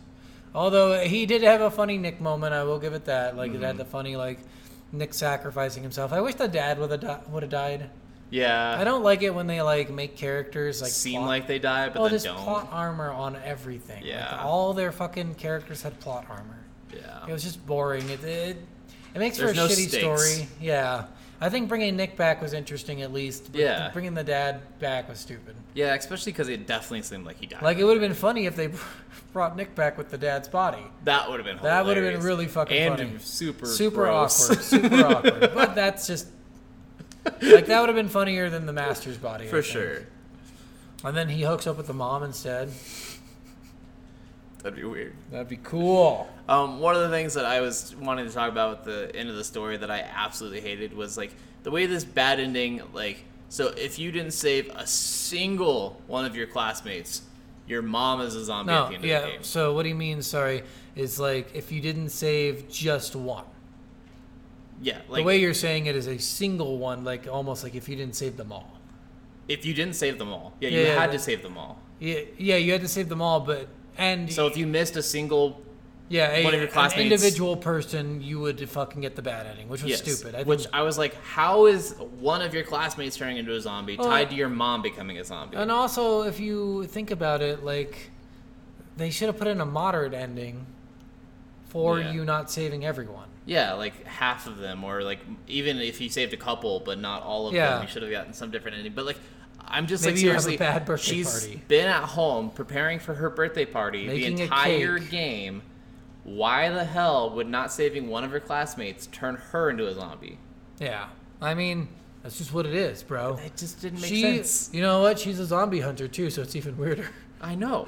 Speaker 1: Although he did have a funny Nick moment, I will give it that. Like it had
Speaker 2: Mm-hmm.
Speaker 1: the funny like Nick sacrificing himself. I wish the dad would have di- would have died.
Speaker 2: yeah,
Speaker 1: I don't like it when they like make characters like
Speaker 2: seem
Speaker 1: plot-
Speaker 2: like they die, but
Speaker 1: oh,
Speaker 2: then
Speaker 1: just
Speaker 2: don't.
Speaker 1: plot armor on everything. Like,
Speaker 2: Yeah.
Speaker 1: all their fucking characters had plot armor.
Speaker 2: Yeah,
Speaker 1: It was just boring. It it, it makes
Speaker 2: There's
Speaker 1: for a
Speaker 2: no
Speaker 1: shitty
Speaker 2: stakes.
Speaker 1: story. Yeah. I think bringing Nick back was interesting at least. but
Speaker 2: Yeah.
Speaker 1: Bringing the dad back was stupid.
Speaker 2: yeah, especially because it definitely seemed like he died.
Speaker 1: Like it would have been funny if they brought Nick back with the dad's body.
Speaker 2: that would have been
Speaker 1: That would have been
Speaker 2: hilarious.
Speaker 1: really fucking
Speaker 2: and
Speaker 1: funny.
Speaker 2: super
Speaker 1: Super
Speaker 2: gross.
Speaker 1: awkward. Super awkward. But that's just like that would have been funnier than the master's body I
Speaker 2: for
Speaker 1: think.
Speaker 2: sure.
Speaker 1: And then he hooks up with the mom instead.
Speaker 2: That'd be weird.
Speaker 1: That'd be cool.
Speaker 2: Um, one of the things that I was wanting to talk about at the end of the story that I absolutely hated was like the way this bad ending. Like, so if you didn't save a single one of your classmates, your mom is a zombie at
Speaker 1: No,
Speaker 2: the end of
Speaker 1: yeah.
Speaker 2: the game.
Speaker 1: So what he means, sorry, is like if you didn't save just one.
Speaker 2: Yeah,
Speaker 1: The
Speaker 2: like
Speaker 1: way you're saying it is a single one, like almost like if you didn't save them all.
Speaker 2: if you didn't save them all, yeah,
Speaker 1: Yeah,
Speaker 2: you
Speaker 1: yeah,
Speaker 2: had to
Speaker 1: but-
Speaker 2: save them all.
Speaker 1: Yeah, yeah, you had to save them all, but and
Speaker 2: So if you missed a single,
Speaker 1: yeah, a,
Speaker 2: one of your
Speaker 1: an
Speaker 2: classmates-
Speaker 1: individual person, you would fucking get the bad ending, which was
Speaker 2: yes,
Speaker 1: stupid. I
Speaker 2: which
Speaker 1: think,
Speaker 2: I was like, how is one of your classmates turning into a zombie
Speaker 1: Well,
Speaker 2: tied to your mom becoming a zombie?
Speaker 1: And also, if you think about it, like they should have put in a moderate ending for
Speaker 2: Yeah.
Speaker 1: you not saving everyone.
Speaker 2: Yeah, like half of them, or like even if you saved a couple, but not all of
Speaker 1: Yeah.
Speaker 2: them, you should have gotten some different ending. But like, I'm just like
Speaker 1: Maybe you have a
Speaker 2: seriously,
Speaker 1: bad birthday
Speaker 2: she's
Speaker 1: party.
Speaker 2: been at home preparing for her birthday party
Speaker 1: Making a
Speaker 2: the entire
Speaker 1: cake.
Speaker 2: game. Why the hell would not saving one of her classmates turn her into a zombie?
Speaker 1: Yeah, I mean that's just what it is, bro.
Speaker 2: It just didn't make
Speaker 1: She,
Speaker 2: sense.
Speaker 1: you know what? She's a zombie hunter too, so it's even weirder.
Speaker 2: I know,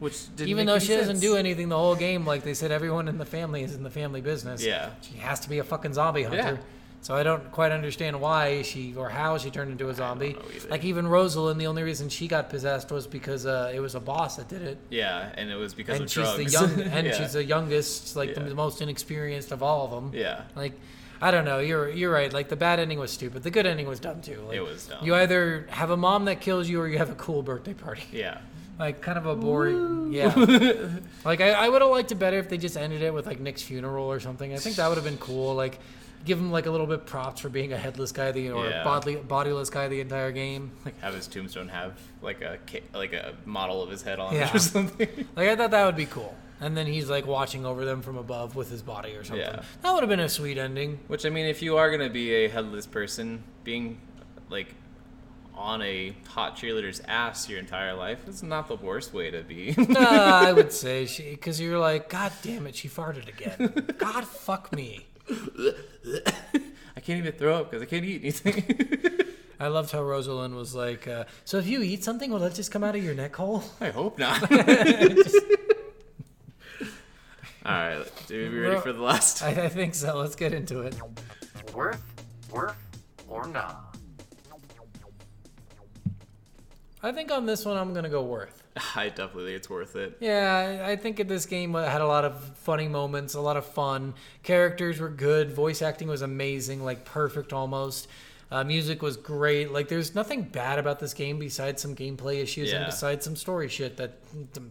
Speaker 2: which didn't
Speaker 1: Even
Speaker 2: make
Speaker 1: though
Speaker 2: any
Speaker 1: she doesn't
Speaker 2: sense.
Speaker 1: do anything the whole game, like they said, everyone in the family is in the family business.
Speaker 2: Yeah.
Speaker 1: She has to be a fucking zombie hunter.
Speaker 2: Yeah.
Speaker 1: So I don't quite understand why she or how she turned into a zombie.
Speaker 2: know either.
Speaker 1: Like even Rosalind, the only reason she got possessed was because uh, it was a boss that did it,
Speaker 2: Yeah, and it was because
Speaker 1: and
Speaker 2: of
Speaker 1: she's
Speaker 2: drugs.
Speaker 1: the young and
Speaker 2: yeah.
Speaker 1: she's the youngest, like
Speaker 2: Yeah.
Speaker 1: the most inexperienced of all of them.
Speaker 2: yeah.
Speaker 1: Like, I don't know. You're you're right. Like the bad ending was stupid. The good ending was dumb too. Like,
Speaker 2: It was dumb.
Speaker 1: You either have a mom that kills you, or you have a cool birthday party.
Speaker 2: yeah.
Speaker 1: Like kind of a boring. Yeah. like I, I would have liked it better if they just ended it with like Nick's funeral or something. I think that would have been cool. Like, give him like a little bit props for being a headless guy the or
Speaker 2: Yeah.
Speaker 1: bodily, bodiless guy the entire game.
Speaker 2: Like have his tombstone have like a ca- like a model of his head on it
Speaker 1: Yeah.
Speaker 2: or something.
Speaker 1: Like I thought that would be cool. And then he's like watching over them from above with his body or something.
Speaker 2: Yeah.
Speaker 1: That would have been a sweet ending.
Speaker 2: Which I mean, if you are gonna be a headless person, being like on a hot cheerleader's ass your entire life is not the worst way to be.
Speaker 1: Uh, I would say she because you're like, God damn it, she farted again. God fuck me.
Speaker 2: I can't even throw up because I can't eat anything.
Speaker 1: I loved how Rosalind was like, uh, so if you eat something, will that just come out of your neck hole?
Speaker 2: I hope not. All right, dude, we ready
Speaker 1: Bro-
Speaker 2: for the last?
Speaker 1: I, I think so. Let's get into it.
Speaker 7: Worth, worth, or not.
Speaker 1: I think on this one, I'm gonna go worth.
Speaker 2: I definitely think it's worth it.
Speaker 1: Yeah, I- I think that this game had a lot of funny moments, a lot of fun. Characters were good. Voice acting was amazing, like perfect almost. Uh, music was great. Like, there's nothing bad about this game besides some gameplay issues and
Speaker 2: Yeah.
Speaker 1: besides some story shit that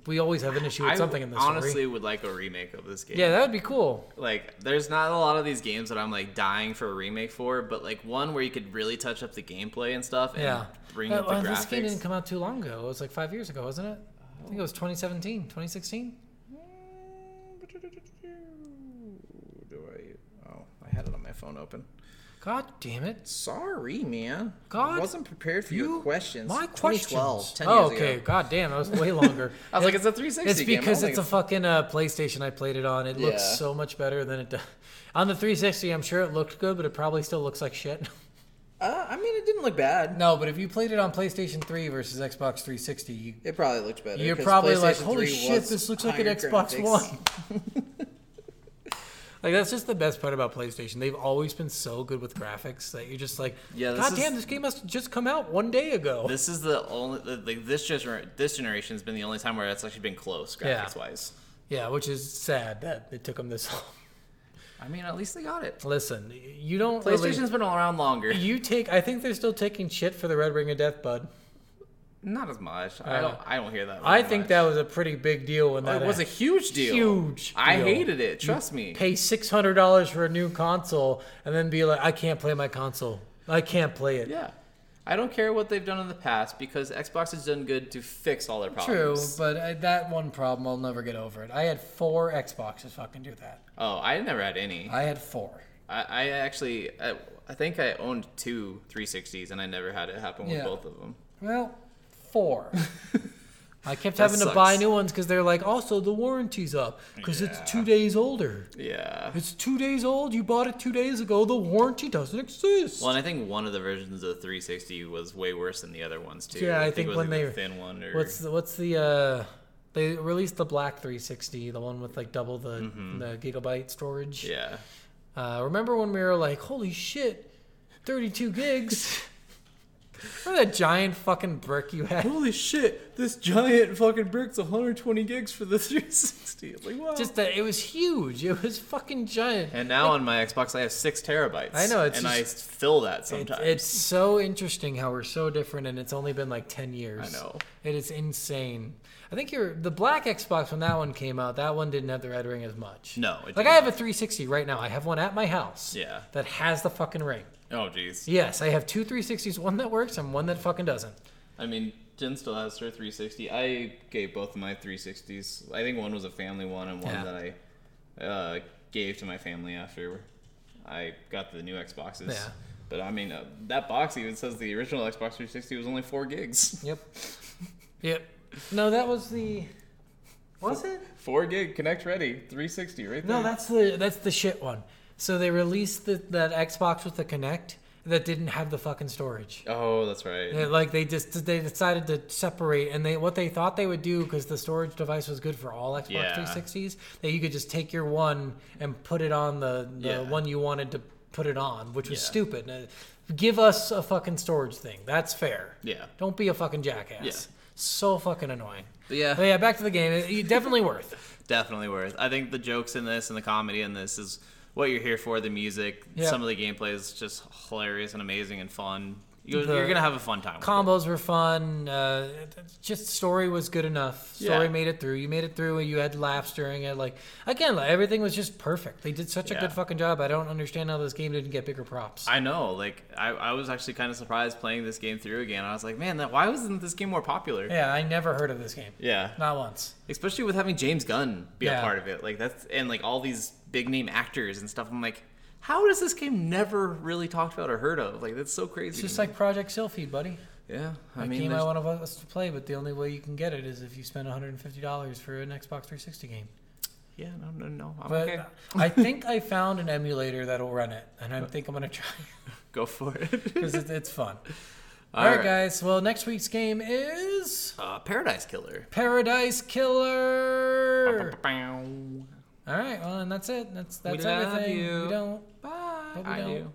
Speaker 1: we always have an issue with
Speaker 2: I
Speaker 1: something in the
Speaker 2: honestly
Speaker 1: story.
Speaker 2: would like a remake of this game.
Speaker 1: Yeah, that would be cool.
Speaker 2: like there's not a lot of these games that I'm like dying for a remake for, but like one where you could really touch up the gameplay and stuff and
Speaker 1: Yeah.
Speaker 2: bring
Speaker 1: Uh,
Speaker 2: up the
Speaker 1: well,
Speaker 2: graphics.
Speaker 1: This game didn't come out too long ago. It was like five years ago, wasn't it? I think it was 2017, 2016.
Speaker 2: Do I? Oh, I had it on my phone open.
Speaker 1: God damn it.
Speaker 2: Sorry, man.
Speaker 1: God,
Speaker 2: I wasn't prepared for your questions.
Speaker 1: My
Speaker 2: 2012,
Speaker 1: questions.
Speaker 2: 10
Speaker 1: oh,
Speaker 2: years
Speaker 1: okay.
Speaker 2: ago.
Speaker 1: God damn, that was way longer.
Speaker 2: I was like,
Speaker 1: It-
Speaker 2: it's a 360
Speaker 1: It's
Speaker 2: game. I
Speaker 1: because
Speaker 2: don't
Speaker 1: it's a
Speaker 2: think
Speaker 1: fucking uh, PlayStation. I played it on. It looks
Speaker 2: Yeah.
Speaker 1: so much better than it does on the 360. I'm sure it looked good, but it probably still looks like shit.
Speaker 2: Uh, I mean, it didn't look bad.
Speaker 1: no, but if you played it on PlayStation 3 versus Xbox 360, you,
Speaker 2: It probably looked better.
Speaker 1: you're
Speaker 2: 'cause
Speaker 1: probably like,
Speaker 2: PlayStation
Speaker 1: holy
Speaker 2: 3
Speaker 1: shit,
Speaker 2: was
Speaker 1: this looks like an
Speaker 2: higher
Speaker 1: Xbox
Speaker 2: graphics.
Speaker 1: One. Like that's just the best part about PlayStation. They've always been so good with graphics that you're just like,
Speaker 2: Yeah, this
Speaker 1: God damn,
Speaker 2: is-
Speaker 1: this game must have just come out one day ago.
Speaker 2: This is the only like this gener- this generation has been the only time where that's actually been close
Speaker 1: Yeah.
Speaker 2: graphics wise.
Speaker 1: Yeah, which is sad that it took them this long.
Speaker 2: I mean, at least they got it.
Speaker 1: Listen, you don't really-
Speaker 2: PlayStation's been around longer.
Speaker 1: You take. I think they're still taking shit for the Red Ring of Death, bud.
Speaker 2: Not as much. I don't. I don't hear that.
Speaker 1: I
Speaker 2: very
Speaker 1: think
Speaker 2: much. Oh,
Speaker 1: that was a pretty big deal when that
Speaker 2: It was a
Speaker 1: happened.
Speaker 2: huge deal.
Speaker 1: Huge
Speaker 2: I
Speaker 1: deal.
Speaker 2: hated it. Trust me.
Speaker 1: pay six hundred dollars for a new console and then be like, I can't play my console. I can't play it.
Speaker 2: Yeah. I don't care what they've done in the past because Xbox has done good to fix all their
Speaker 1: True,
Speaker 2: problems.
Speaker 1: but I, that one problem I'll never get over it. I had four Xboxes. Fucking do that.
Speaker 2: Oh, I never had any. I,
Speaker 1: I had four.
Speaker 2: I, actually, I, I think I owned two 360s and I never had it happen with
Speaker 1: Yeah.
Speaker 2: both of them.
Speaker 1: Well, four. I kept
Speaker 2: That
Speaker 1: having to buy
Speaker 2: sucks.
Speaker 1: new ones because they're like, also the warranty's up because it's two days older.
Speaker 2: Yeah.
Speaker 1: It's two days old. You bought it two days ago. The warranty doesn't exist.
Speaker 2: Well, and I think one of the versions of the 360 was way worse than the other ones too.
Speaker 1: Yeah, I think
Speaker 2: it was
Speaker 1: when
Speaker 2: like
Speaker 1: they-
Speaker 2: the thin one or
Speaker 1: What's the what's the uh they released the black 360, the one with like double the the gigabyte storage.
Speaker 2: Mm-hmm. yeah.
Speaker 1: Uh, remember when we were like, holy shit, 32 gigs. remember that giant fucking brick you had?
Speaker 2: Holy shit! This giant fucking brick's 120 gigs for the 360. It's like wow.
Speaker 1: Just that it was huge. It was fucking giant.
Speaker 2: and now on my Xbox, I have six terabytes.
Speaker 1: I know, it's
Speaker 2: and I
Speaker 1: just-
Speaker 2: fill that
Speaker 1: It-
Speaker 2: sometimes.
Speaker 1: it's so interesting how we're so different, and it's only been like ten years.
Speaker 2: I know.
Speaker 1: it is insane. I think you're the black Xbox when that one came out. That one didn't have the red ring as much.
Speaker 2: No, it
Speaker 1: like
Speaker 2: did
Speaker 1: I have a 360 right now. I have one at my house.
Speaker 2: Yeah.
Speaker 1: that has the fucking ring.
Speaker 2: oh jeez.
Speaker 1: Yes, I have two 360s. One that works and one that fucking doesn't.
Speaker 2: I mean, Jen still has her 360. I gave both of my 360s. I think one was a family one and one
Speaker 1: Yeah.
Speaker 2: that I uh, gave to my family after I got the new Xboxes.
Speaker 1: Yeah.
Speaker 2: But I mean, uh, that box even says the original Xbox 360 was only four gigs.
Speaker 1: Yep. Yep. No, that was the. Was it?
Speaker 2: Four gig, connect ready, 360 right there.
Speaker 1: No, that's the that's the shit one. So they released the, that Xbox with the Kinect that didn't have the fucking storage.
Speaker 2: Oh, that's right.
Speaker 1: Yeah, like they just they decided to separate and they what they thought they would do because the storage device was good for all Xbox
Speaker 2: Yeah.
Speaker 1: 360s that you could just take your one and put it on the, the
Speaker 2: Yeah.
Speaker 1: one you wanted to put it on, which was
Speaker 2: Yeah.
Speaker 1: stupid. Uh, Give us a fucking storage thing. That's fair.
Speaker 2: Yeah.
Speaker 1: Don't be a fucking jackass.
Speaker 2: Yeah.
Speaker 1: So fucking annoying.
Speaker 2: But yeah.
Speaker 1: But yeah, back to the game. It- it definitely worth.
Speaker 2: Definitely worth. I think the jokes in this and the comedy in this is what you're here for. The music,
Speaker 1: Yeah.
Speaker 2: some of the gameplay is just hilarious and amazing and fun. You're,
Speaker 1: The
Speaker 2: you're gonna have a fun time. with it.
Speaker 1: combos were fun. Uh, just story was good enough. Story
Speaker 2: Yeah.
Speaker 1: made it through. You made it through. and You had laughs during it. Like again, like, everything was just perfect. They did such a
Speaker 2: Yeah.
Speaker 1: good fucking job. I don't understand how this game didn't get bigger props.
Speaker 2: I know. Like I, I was actually kind of surprised playing this game through again. I was like, man, that, why wasn't this game more popular?
Speaker 1: yeah, I never heard of this game.
Speaker 2: Yeah.
Speaker 1: Not once.
Speaker 2: Especially with having James Gunn be
Speaker 1: Yeah.
Speaker 2: a part of it. Like that's and like all these big name actors and stuff. I'm like, how is this game never really talked about or heard of? Like that's so crazy.
Speaker 1: It's just
Speaker 2: to me.
Speaker 1: like Project Sylphie, buddy.
Speaker 2: yeah. I
Speaker 1: A
Speaker 2: mean,
Speaker 1: game I
Speaker 2: there's-
Speaker 1: want us to play, but the only way you can get it is if you spend $150 for an Xbox 360 game.
Speaker 2: yeah, no, no, no. I'm
Speaker 1: But
Speaker 2: okay.
Speaker 1: I think I found an emulator that'll run it, and I think I'm gonna try
Speaker 2: Go for it.
Speaker 1: because it, it's fun.
Speaker 2: All
Speaker 1: All right,
Speaker 2: right.
Speaker 1: guys. Well, next week's game is.
Speaker 2: uh, Paradise Killer.
Speaker 1: Paradise Killer.
Speaker 2: Bow.
Speaker 1: All right, well, and that's it. That's that's
Speaker 2: love
Speaker 1: everything.
Speaker 2: you.
Speaker 1: We don't.
Speaker 2: Bye.
Speaker 1: Hope we
Speaker 2: I
Speaker 1: don't.
Speaker 2: do.